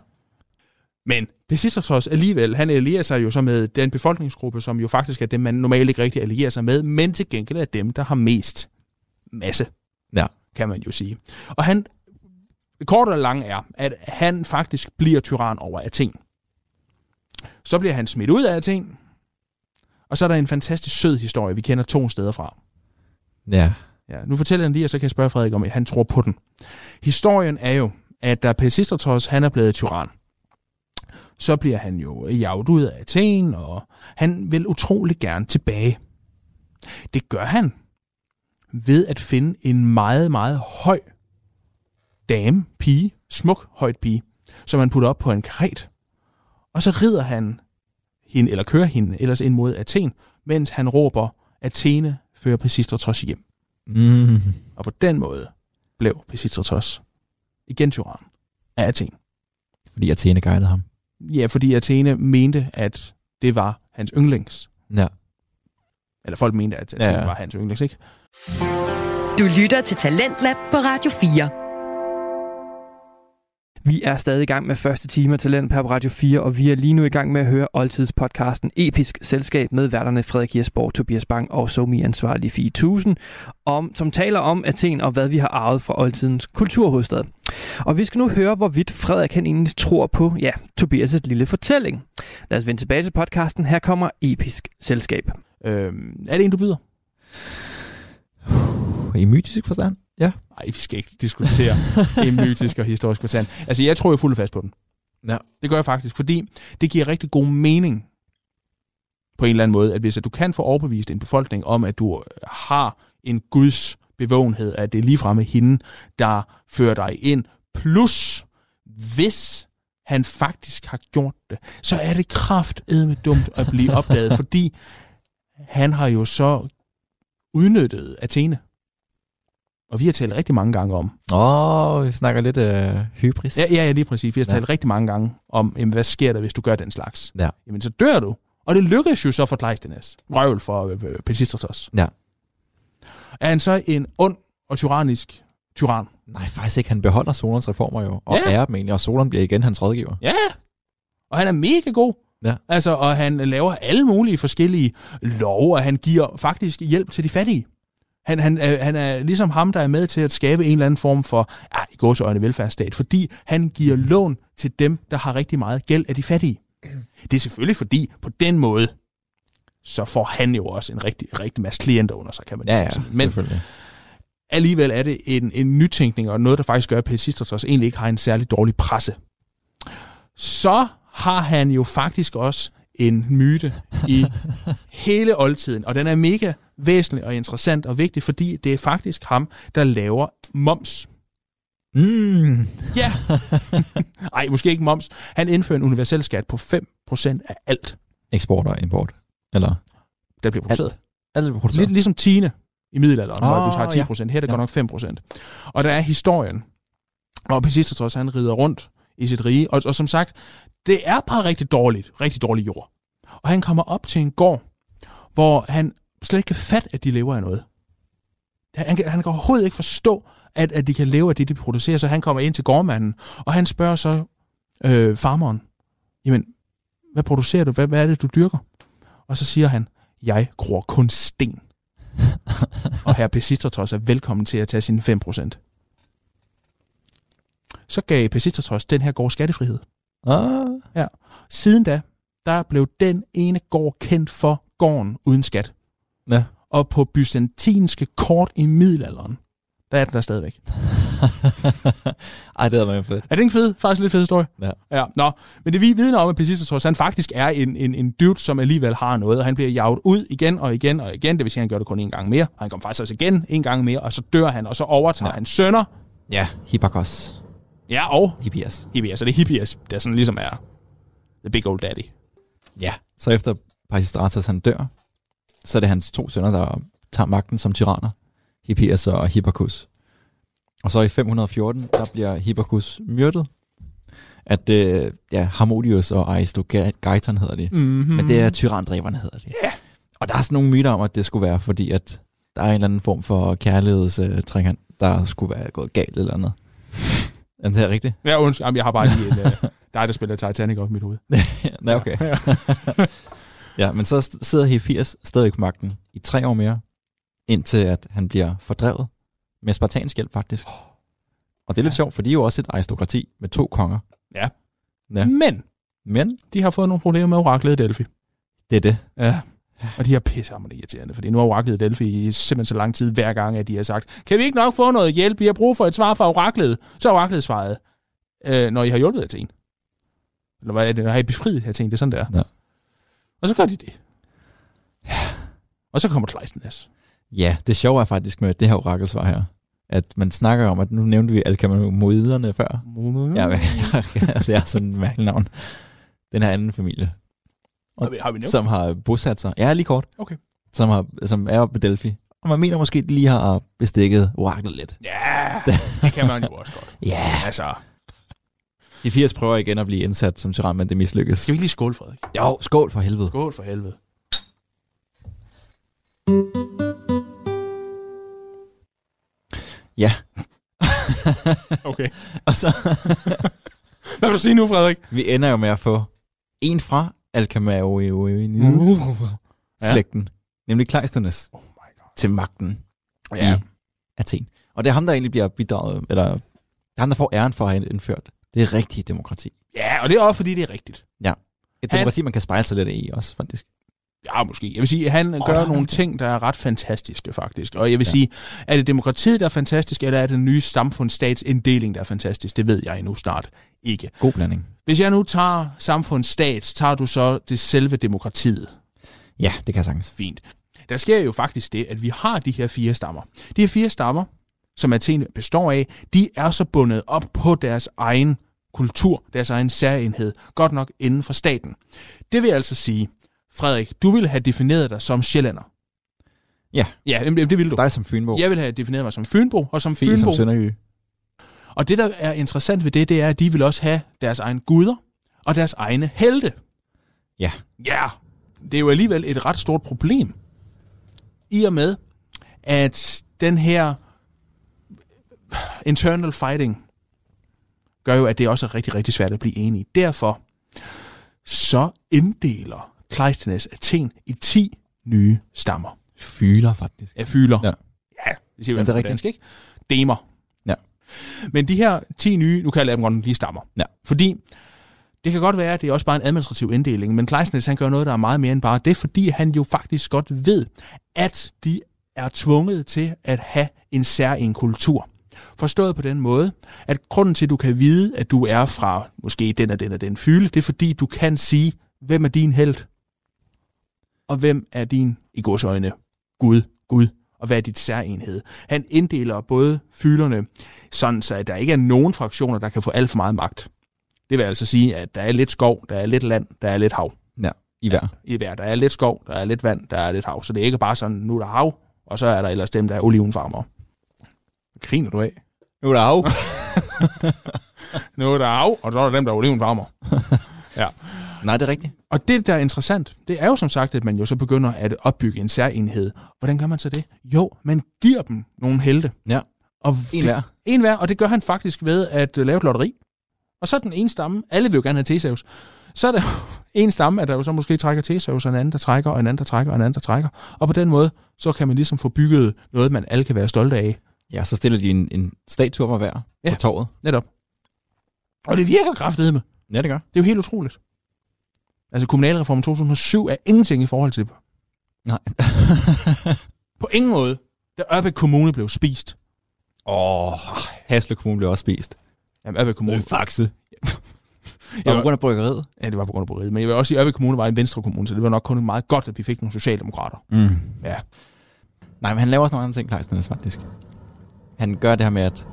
S6: Men Pisistratos alligevel, han allierer sig jo så med den befolkningsgruppe, som jo faktisk er dem, man normalt ikke rigtig allierer sig med, men til gengæld er dem, der har mest masse,
S5: Ja.
S6: kan man jo sige. Og han, det korte og lange er, at han faktisk bliver tyran over Athen. Så bliver han smidt ud af Athen, og så er der en fantastisk sød historie, vi kender to steder fra.
S5: Ja.
S6: Ja, nu fortæller han lige, og så kan jeg spørge Frederik, om han tror på den. Historien er jo, at da Pisistratos, han er blevet tyran, så bliver han jo jaget ud af Athen, og han vil utrolig gerne tilbage. Det gør han ved at finde en meget, meget høj dame, pige, smuk højt pige, som han putter op på en karet. Og så rider han hende, eller kører hende ellers ind mod Athen, mens han råber, Athene fører Pisistratos hjem.
S5: Mm.
S6: Og på den måde blev Pisistratos igen tyran af Athen.
S5: Fordi Athene guidede ham.
S6: Ja, fordi Athene mente, at det var hans yndlings.
S5: Ja.
S6: Eller folk mente, at Athene
S5: Ja,
S6: ja,
S5: ja.
S6: var hans yndlings, ikke?
S2: Du lytter til Talentlab på Radio 4.
S3: Vi er stadig i gang med første time af Talent på Radio 4, og vi er lige nu i gang med at høre oldtidspodcasten Episk Selskab med værterne Frederik Jesborg, Tobias Bang og Somi Ansvarlig 4000, om, som taler om Athen og hvad vi har arvet fra oldtidens kulturhovedstad. Og vi skal nu høre, hvorvidt Frederik han egentlig tror på, ja, Tobias' lille fortælling. Lad os vende tilbage til podcasten. Her kommer Episk Selskab.
S6: Øhm, er det en, du byder?
S5: I mytisk forstand? Ja.
S6: Nej, vi skal ikke diskutere en mytisk og historisk forstand. Altså, jeg tror jo fuldt og fast på den.
S5: Ja.
S6: Det gør jeg faktisk, fordi det giver rigtig god mening på en eller anden måde, at hvis at du kan få overbevist en befolkning om, at du har en guds bevågenhed, at det er ligefremme hende, der fører dig ind, plus hvis han faktisk har gjort det, så er det kraftedme dumt at blive opdaget, fordi han har jo så udnyttet Athene. Og vi har talt rigtig mange gange om,
S5: Åh, oh, vi snakker lidt øh, hybris.
S6: Ja, ja, ja lige præcis. Vi har
S5: Ja.
S6: talt rigtig mange gange om, jamen, hvad sker der, hvis du gør den slags?
S5: Ja.
S6: Jamen, så dør du. Og det lykkes jo så for Kleistenes. Røvel for øh, øh, Pisistratos.
S5: Ja.
S6: Er han så en ond og tyrannisk tyran?
S5: Nej, faktisk ikke. Han beholder Solons reformer jo, og
S6: Ja.
S5: ja. ærer dem egentlig, og Solon bliver igen hans rådgiver.
S6: Ja, og han er mega god.
S5: Ja.
S6: Altså, og han laver alle mulige forskellige love, og han giver faktisk hjælp til de fattige. Han, han, øh, han er ligesom ham, der er med til at skabe en eller anden form for, ja, i gåseøjne velfærdsstat, fordi han giver lån til dem, der har rigtig meget gæld af de fattige. Det er selvfølgelig fordi, på den måde, så får han jo også en rigtig, rigtig masse klienter under sig, kan man
S5: ja,
S6: næsten
S5: ja
S6: sige. Men
S5: selvfølgelig.
S6: alligevel er det en, en nytænkning, og noget, der faktisk gør, at Pessistos også egentlig ikke har en særlig dårlig presse. Så har han jo faktisk også en myte i hele oldtiden, og den er mega væsentlig og interessant og vigtig, fordi det er faktisk ham, der laver moms.
S5: Mm.
S6: Ja! Nej, måske ikke moms. Han indfører en universel skat på 5% af alt,
S5: Eksport og import. Eller
S6: der bliver produceret.
S5: alt. Alt bliver produceret.
S6: Lidt ligesom Tine i middelalderen, oh, hvor
S5: Åh,
S6: du har 10 procent. Her er det
S5: Ah, ja.
S6: godt nok 5 procent. Og der er historien, hvor Pisistratos han rider rundt i sit rige. Og, og som sagt, det er bare rigtig dårligt. Rigtig dårlig jord. Og han kommer op til en gård, hvor han slet ikke kan fatte, at de lever af noget. Han kan, han kan overhovedet ikke forstå, at, at de kan leve af det, de producerer. Så han kommer ind til gårdmanden, og han spørger så øh, farmeren, jamen, hvad producerer du? Hvad, hvad er det, du dyrker? Og så siger han, jeg gror kun sten. og herr Pesistratos er velkommen til at tage sine 5%. Så gav Pesistratos den her gård skattefrihed.
S5: Ah,
S6: Siden da, der blev den ene gård kendt for gården uden skat.
S5: ja.
S6: Og på byzantinske kort i middelalderen, der er den der stadigvæk.
S5: Ej, det havde været fedt.
S6: Er det ikke fed? Faktisk lidt fed historie.
S5: Ja.
S6: ja. Nå, men det vi vidner om, at Pesistratos, han faktisk er en, en, en dude, som alligevel har noget, og han bliver jaget ud igen og igen og igen. Det vil sige, at han gør det kun en gang mere. Og han kommer faktisk også igen en gang mere, og så dør han, og så overtager ja.
S5: Ja.
S6: han sønner.
S5: Ja, Hippakos.
S6: Ja, og
S5: Hippias.
S6: hippier. Så det er hippier, der sådan ligesom er the big old daddy.
S5: Ja. Så efter Pisistratos han dør, så er det hans to sønner, der tager magten som tyranner. Hippias og Hipparchus. Og så i 514, der bliver Hipparchus myrdet. At øh, ja, Harmodius og Aristogaiton hedder de.
S6: Mm-hmm.
S5: Men det er tyrandræberne, hedder det.
S6: Ja.
S5: Og der er sådan nogle myter om, at det skulle være, fordi at der er en eller anden form for kærlighedstrækant, der skulle være gået galt eller andet. Jamen, det er rigtigt.
S6: Ja, undskyld. Jamen, jeg har bare lige en... øh, dig, der spiller Titanic op i mit hoved.
S5: Nå, okay.
S6: Ja.
S5: Ja, men så st- sidder Hefias stadigvæk på magten i tre år mere, indtil at han bliver fordrevet med spartansk hjælp, faktisk. Og det er lidt
S6: Ja.
S5: sjovt, for de er jo også et aristokrati med to konger.
S6: ja.
S5: Ja.
S6: Men
S5: Men
S6: de har fået nogle problemer med oraklet i Delphi.
S5: det er det.
S6: Ja. Og de har pissehammerende irriterende, fordi nu har oraklet i Delphi i simpelthen så lang tid hver gang, at de har sagt, kan vi ikke nok få noget hjælp? Vi har brug for et svar fra oraklet. Så har oraklet svaret, øh, når I har hjulpet jer til en. Eller hvad er det? Når I har befriet jer til en. Det er sådan, der.
S5: Ja.
S6: Og så gør de det. Ja. Og så kommer Kleistens.
S5: Ja, det sjove er faktisk med det her orakelsvar her, at man snakker om, at nu nævnte vi alkamamoiderne før. Ja,
S6: Mm.
S5: men, det er sådan et mærkeligt navn. Den her anden familie,
S6: Har vi, har vi nævnt?
S5: som har bosat sig. Ja, lige kort.
S6: Okay.
S5: Som, har, som er oppe ved Delphi. Og man mener måske, at de lige har bestikket oraklet lidt.
S6: Ja, det kan man jo også godt.
S5: Ja. Yeah.
S6: Altså,
S5: De 80 prøver igen at blive indsat som tyran, men det mislykkes.
S6: skal vi ikke lige skåle, Frederik?
S5: Jo, skål for helvede.
S6: Skål for helvede.
S5: Ja.
S6: okay.
S5: Og så,
S6: Hvad vil du sige nu, Frederik?
S5: vi ender jo med at få en fra Alkamao
S6: Ja.
S5: slægten, nemlig Kleisternes,
S6: Oh my god.
S5: til magten
S6: Ja.
S5: i Athen. Og det er ham, der egentlig bliver bidraget, eller det er ham, der får æren for at have indført det rigtige demokrati.
S6: Ja, og det er også, fordi det er rigtigt.
S5: Et
S6: Han-
S5: demokrati, man kan spejle sig lidt i også, faktisk.
S6: Ja, måske. Jeg vil sige, at han oh,
S5: der
S6: gør
S5: er
S6: nogle
S5: nogle
S6: ting, der er ret fantastiske, faktisk. Og jeg vil ja.
S5: Ja.
S6: sige, er det demokratiet, der er fantastisk, eller er det den nye samfundsstatsinddeling, der er fantastisk? Det ved jeg endnu snart ikke.
S5: God blanding.
S6: Hvis jeg nu tager samfundsstat, tager du så det selve demokratiet?
S5: Ja, det kan jeg sagtens.
S6: Fint. Der sker jo faktisk det, at vi har de her fire stammer. De her fire stammer, som Athen består af, de er så bundet op på deres egen kultur, deres egen særenhed, godt nok inden for staten. Det vil altså sige, Frederik, du ville have defineret dig som sjællander.
S5: Ja.
S6: Ja, jamen, det ville du.
S5: Dig som Fynbo.
S6: Jeg ville have defineret mig som Fynbo, og som
S5: Fie
S6: Fynbo,
S5: som Sønderjy.
S6: og det, der er interessant ved det, det er, at de vil også have deres egne guder og deres egne helte.
S5: Ja.
S6: Ja, det er jo alligevel et ret stort problem. I og med, at den her internal fighting gør jo, at det også er rigtig, rigtig svært at blive enige. Derfor så inddeler Kleisthenes Athen i 10 nye stammer
S5: Fyler faktisk.
S6: af fylder.
S5: Ja.
S6: ja det siger
S5: Ja, det
S6: vi altså
S5: er
S6: på
S5: rigtigt.
S6: dansk, ikke? Demer.
S5: Ja.
S6: Men de her 10 nye, nu kalder jeg dem godt nok lige stammer.
S5: Ja.
S6: Fordi det kan godt være, at det er også bare en administrativ inddeling, men Kleisnes han gør noget, der er meget mere end bare det, fordi han jo faktisk godt ved, at de er tvunget til at have en særlig kultur. Forstået på den måde, at grunden til, at du kan vide, at du er fra måske den og den og den fylde, det er fordi, du kan sige, hvem er din held, og hvem er din, i godsøjne, Gud, Gud, og hvad er dit særenhed. Han inddeler både fylderne, sådan så at der ikke er nogen fraktioner, der kan få alt for meget magt. Det vil altså sige, at der er lidt skov, der er lidt land, der er lidt hav
S5: Ja, i hver.
S6: i hver. Der er lidt skov, der er lidt vand, der er lidt hav. Så det er ikke bare sådan, nu er der hav, og så er der ellers dem, der er olivenfarmer. Hvad Griner du af?
S5: Nu er der af.
S6: Nu er der hav, og så er der dem, der er olivenfarmer.
S5: Nej, det er rigtigt.
S6: Og det, der er interessant, det er jo som sagt, at man jo så begynder at opbygge en særenhed. Hvordan gør man så det? Jo, man giver dem nogle helte.
S5: Ja.
S6: Og
S5: En
S6: det,
S5: hver.
S6: En hver, og det gør han faktisk ved at øh, lave et lotteri. Og så er den ene stamme, alle vil jo gerne have Theseus, så er der jo en stamme, at der jo så måske trækker Theseus, og en anden, der trækker, og en anden, der trækker, og en anden, der trækker. Og på den måde, så kan man ligesom få bygget noget, man alle kan være stolte af.
S5: Ja, så stiller de en, en statue op hver ja.
S6: Ja.
S5: på torvet.
S6: Netop. Og det virker kraftedeme.
S5: Ja, det gør.
S6: Det er jo helt utroligt. Altså kommunalreformen 2007 er ingenting i forhold til det.
S5: Nej.
S6: På ingen måde, da Ørbæk Kommune blev spist.
S5: Åh, oh, Hasle Kommune blev også spist.
S6: Jamen, Ørbæk Kommune...
S5: Faxe.
S6: Ja.
S5: Bare på grund af bryggeriet.
S6: Ja, det var på grund af bryggeriet. Men jeg vil også sige, at Ørbæk Kommune var en venstre kommune, så det var nok kun meget godt, at vi fik nogle socialdemokrater.
S5: Mm.
S6: Ja.
S5: Nej, men han laver også nogle andre ting, Kleisnes, faktisk. Han gør det her med, at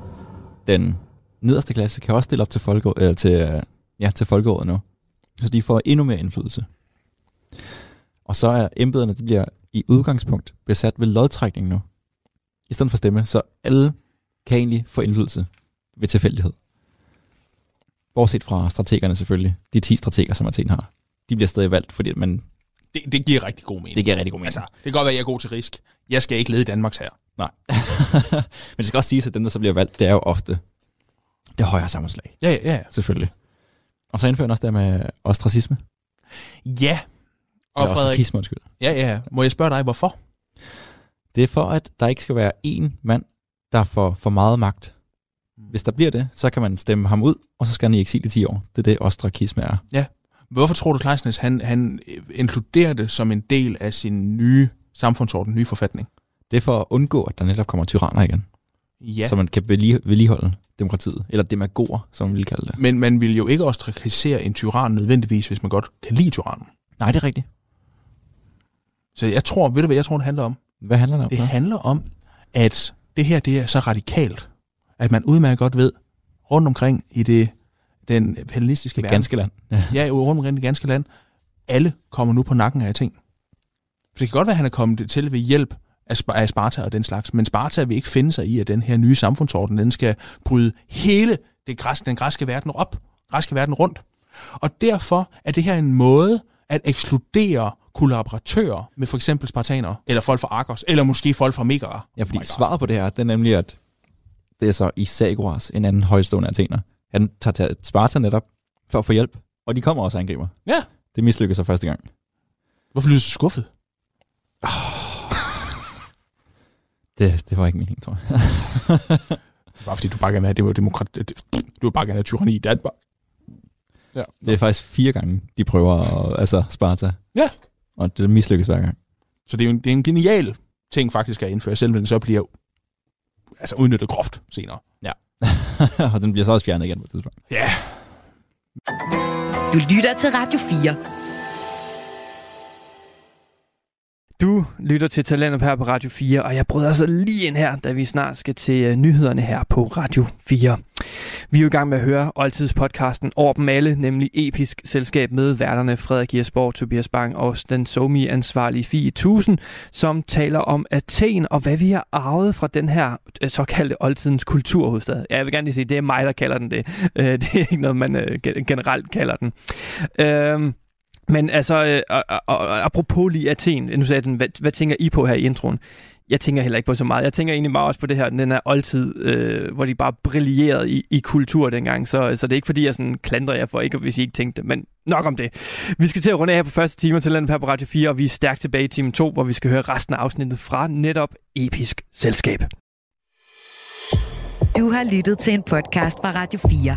S5: den nederste klasse kan også stille op til, folkeår, øh, til, øh, ja, til folkeåret nu. Så de får endnu mere indflydelse. Og så er embederne, de bliver i udgangspunkt besat ved lodtrækning nu. I stedet for stemme, så alle kan egentlig få indflydelse ved tilfældighed. Bortset fra strategerne selvfølgelig. De 10 strateger, som Athen har. De bliver stadig valgt, fordi man,
S6: Det, det giver rigtig god mening.
S5: det giver rigtig god mening.
S6: Altså, det kan godt være, at jeg er god til risk. Jeg skal ikke lede i Danmarks her.
S5: Nej. Men det skal også siges, at dem, der så bliver valgt, det er jo ofte det højere sammenslag,
S6: Ja, ja, ja.
S5: selvfølgelig. Og så indfører han også det her med ostracisme.
S6: Ja. Og
S5: Eller
S6: Frederik,
S5: ostracisme, undskyld.
S6: ja, ja. Må jeg spørge dig, hvorfor?
S5: Det er for, at der ikke skal være én mand, der får for meget magt. Hvis der bliver det, så kan man stemme ham ud, og så skal han i eksil i 10 år. Det er det, ostrakisme er.
S6: Hvorfor tror du, Kleisnes, han, han øh, inkluderer det som en del af sin nye samfundsorden, nye forfatning?
S5: Det er for at undgå, at der netop kommer tyranner igen,
S6: Ja,
S5: så man kan vedlige- vedligeholde demokratiet. Eller demagoger, som vi vil kalde det.
S6: men man vil jo ikke ostrachisere en tyran nødvendigvis, hvis man godt kan lide tyrannen.
S5: Nej, det er rigtigt.
S6: Så jeg tror, ved du hvad jeg tror, det handler om?
S5: Hvad handler det om?
S6: Det
S5: så?
S6: handler om, at det her det er så radikalt, at man udmærket godt ved, rundt omkring i det, den hellenistiske
S5: det er
S6: verden,
S5: ganske land. Ja.
S6: ja, jo, rundt omkring i det ganske land, alle kommer nu på nakken af ting. For det kan godt være, at han er kommet til ved hjælp af Sp- af Sparta og den slags, men Sparta vil ikke finde sig i, at den her nye samfundsorden, den skal bryde hele det græs, den græske verden op, græske verden rundt. Og derfor er det her en måde at ekskludere kollaboratører med for eksempel spartanere, eller folk fra Argos, eller måske folk fra Megara.
S5: Ja, fordi
S6: Oh my
S5: oh
S6: God.
S5: svaret på det her, det er nemlig, at det er så Isagoras, en anden højstående athener. Han tager til Sparta netop for at få hjælp, og de kommer også og angriber.
S6: Ja.
S5: Det mislykkes så første gang.
S6: Hvorfor lyder du så skuffet?
S5: Det, det var ikke meningen, tror jeg.
S6: Bare fordi du bare gerne vil have, det var demokrati, du vil bare gerne have tyranni i Danmark.
S5: Det er faktisk fire gange, de prøver, og, altså Sparta.
S6: Ja.
S5: Og det mislykkes hver gang.
S6: Så det er jo en, det er en genial ting faktisk at indføre, selvom den så bliver altså udnyttet groft senere.
S5: og den bliver så også fjernet igen på et tidspunkt.
S6: Ja,
S2: Du lytter til Radio 4.
S3: Du lytter til Talentet her på Radio 4, og jeg bryder så lige ind her, da vi snart skal til øh, nyhederne her på Radio 4. Vi er jo i gang med at høre oldtidspodcasten over dem alle, nemlig Episk Selskab med værterne Frederik Jesborg, Tobias Bang og den somi ansvarlige Fie 1000, som taler om Athen og hvad vi har arvet fra den her øh, såkaldte oldtidens kulturhovedstad. Ja, jeg vil gerne lige sige, det er mig, der kalder den det. Øh, Det er ikke noget, man øh, gen- generelt kalder den. Øhm, Men altså, øh, og, og, og, apropos lige Athen, nu sagde jeg den, hvad, hvad tænker I på her i introen? Jeg tænker heller ikke på så meget. Jeg tænker egentlig meget også på det her, den her oldtid, øh, hvor de bare brillerede i, i kultur dengang. Så, så det er ikke fordi, jeg sådan klandrer jer for ikke, hvis I ikke tænkte det, men nok om det. Vi skal til at runde af her på første time til landet her på Radio 4, og vi er stærkt tilbage i time 2, hvor vi skal høre resten af afsnittet fra netop Episk Selskab.
S2: Du har lyttet til en podcast fra Radio 4.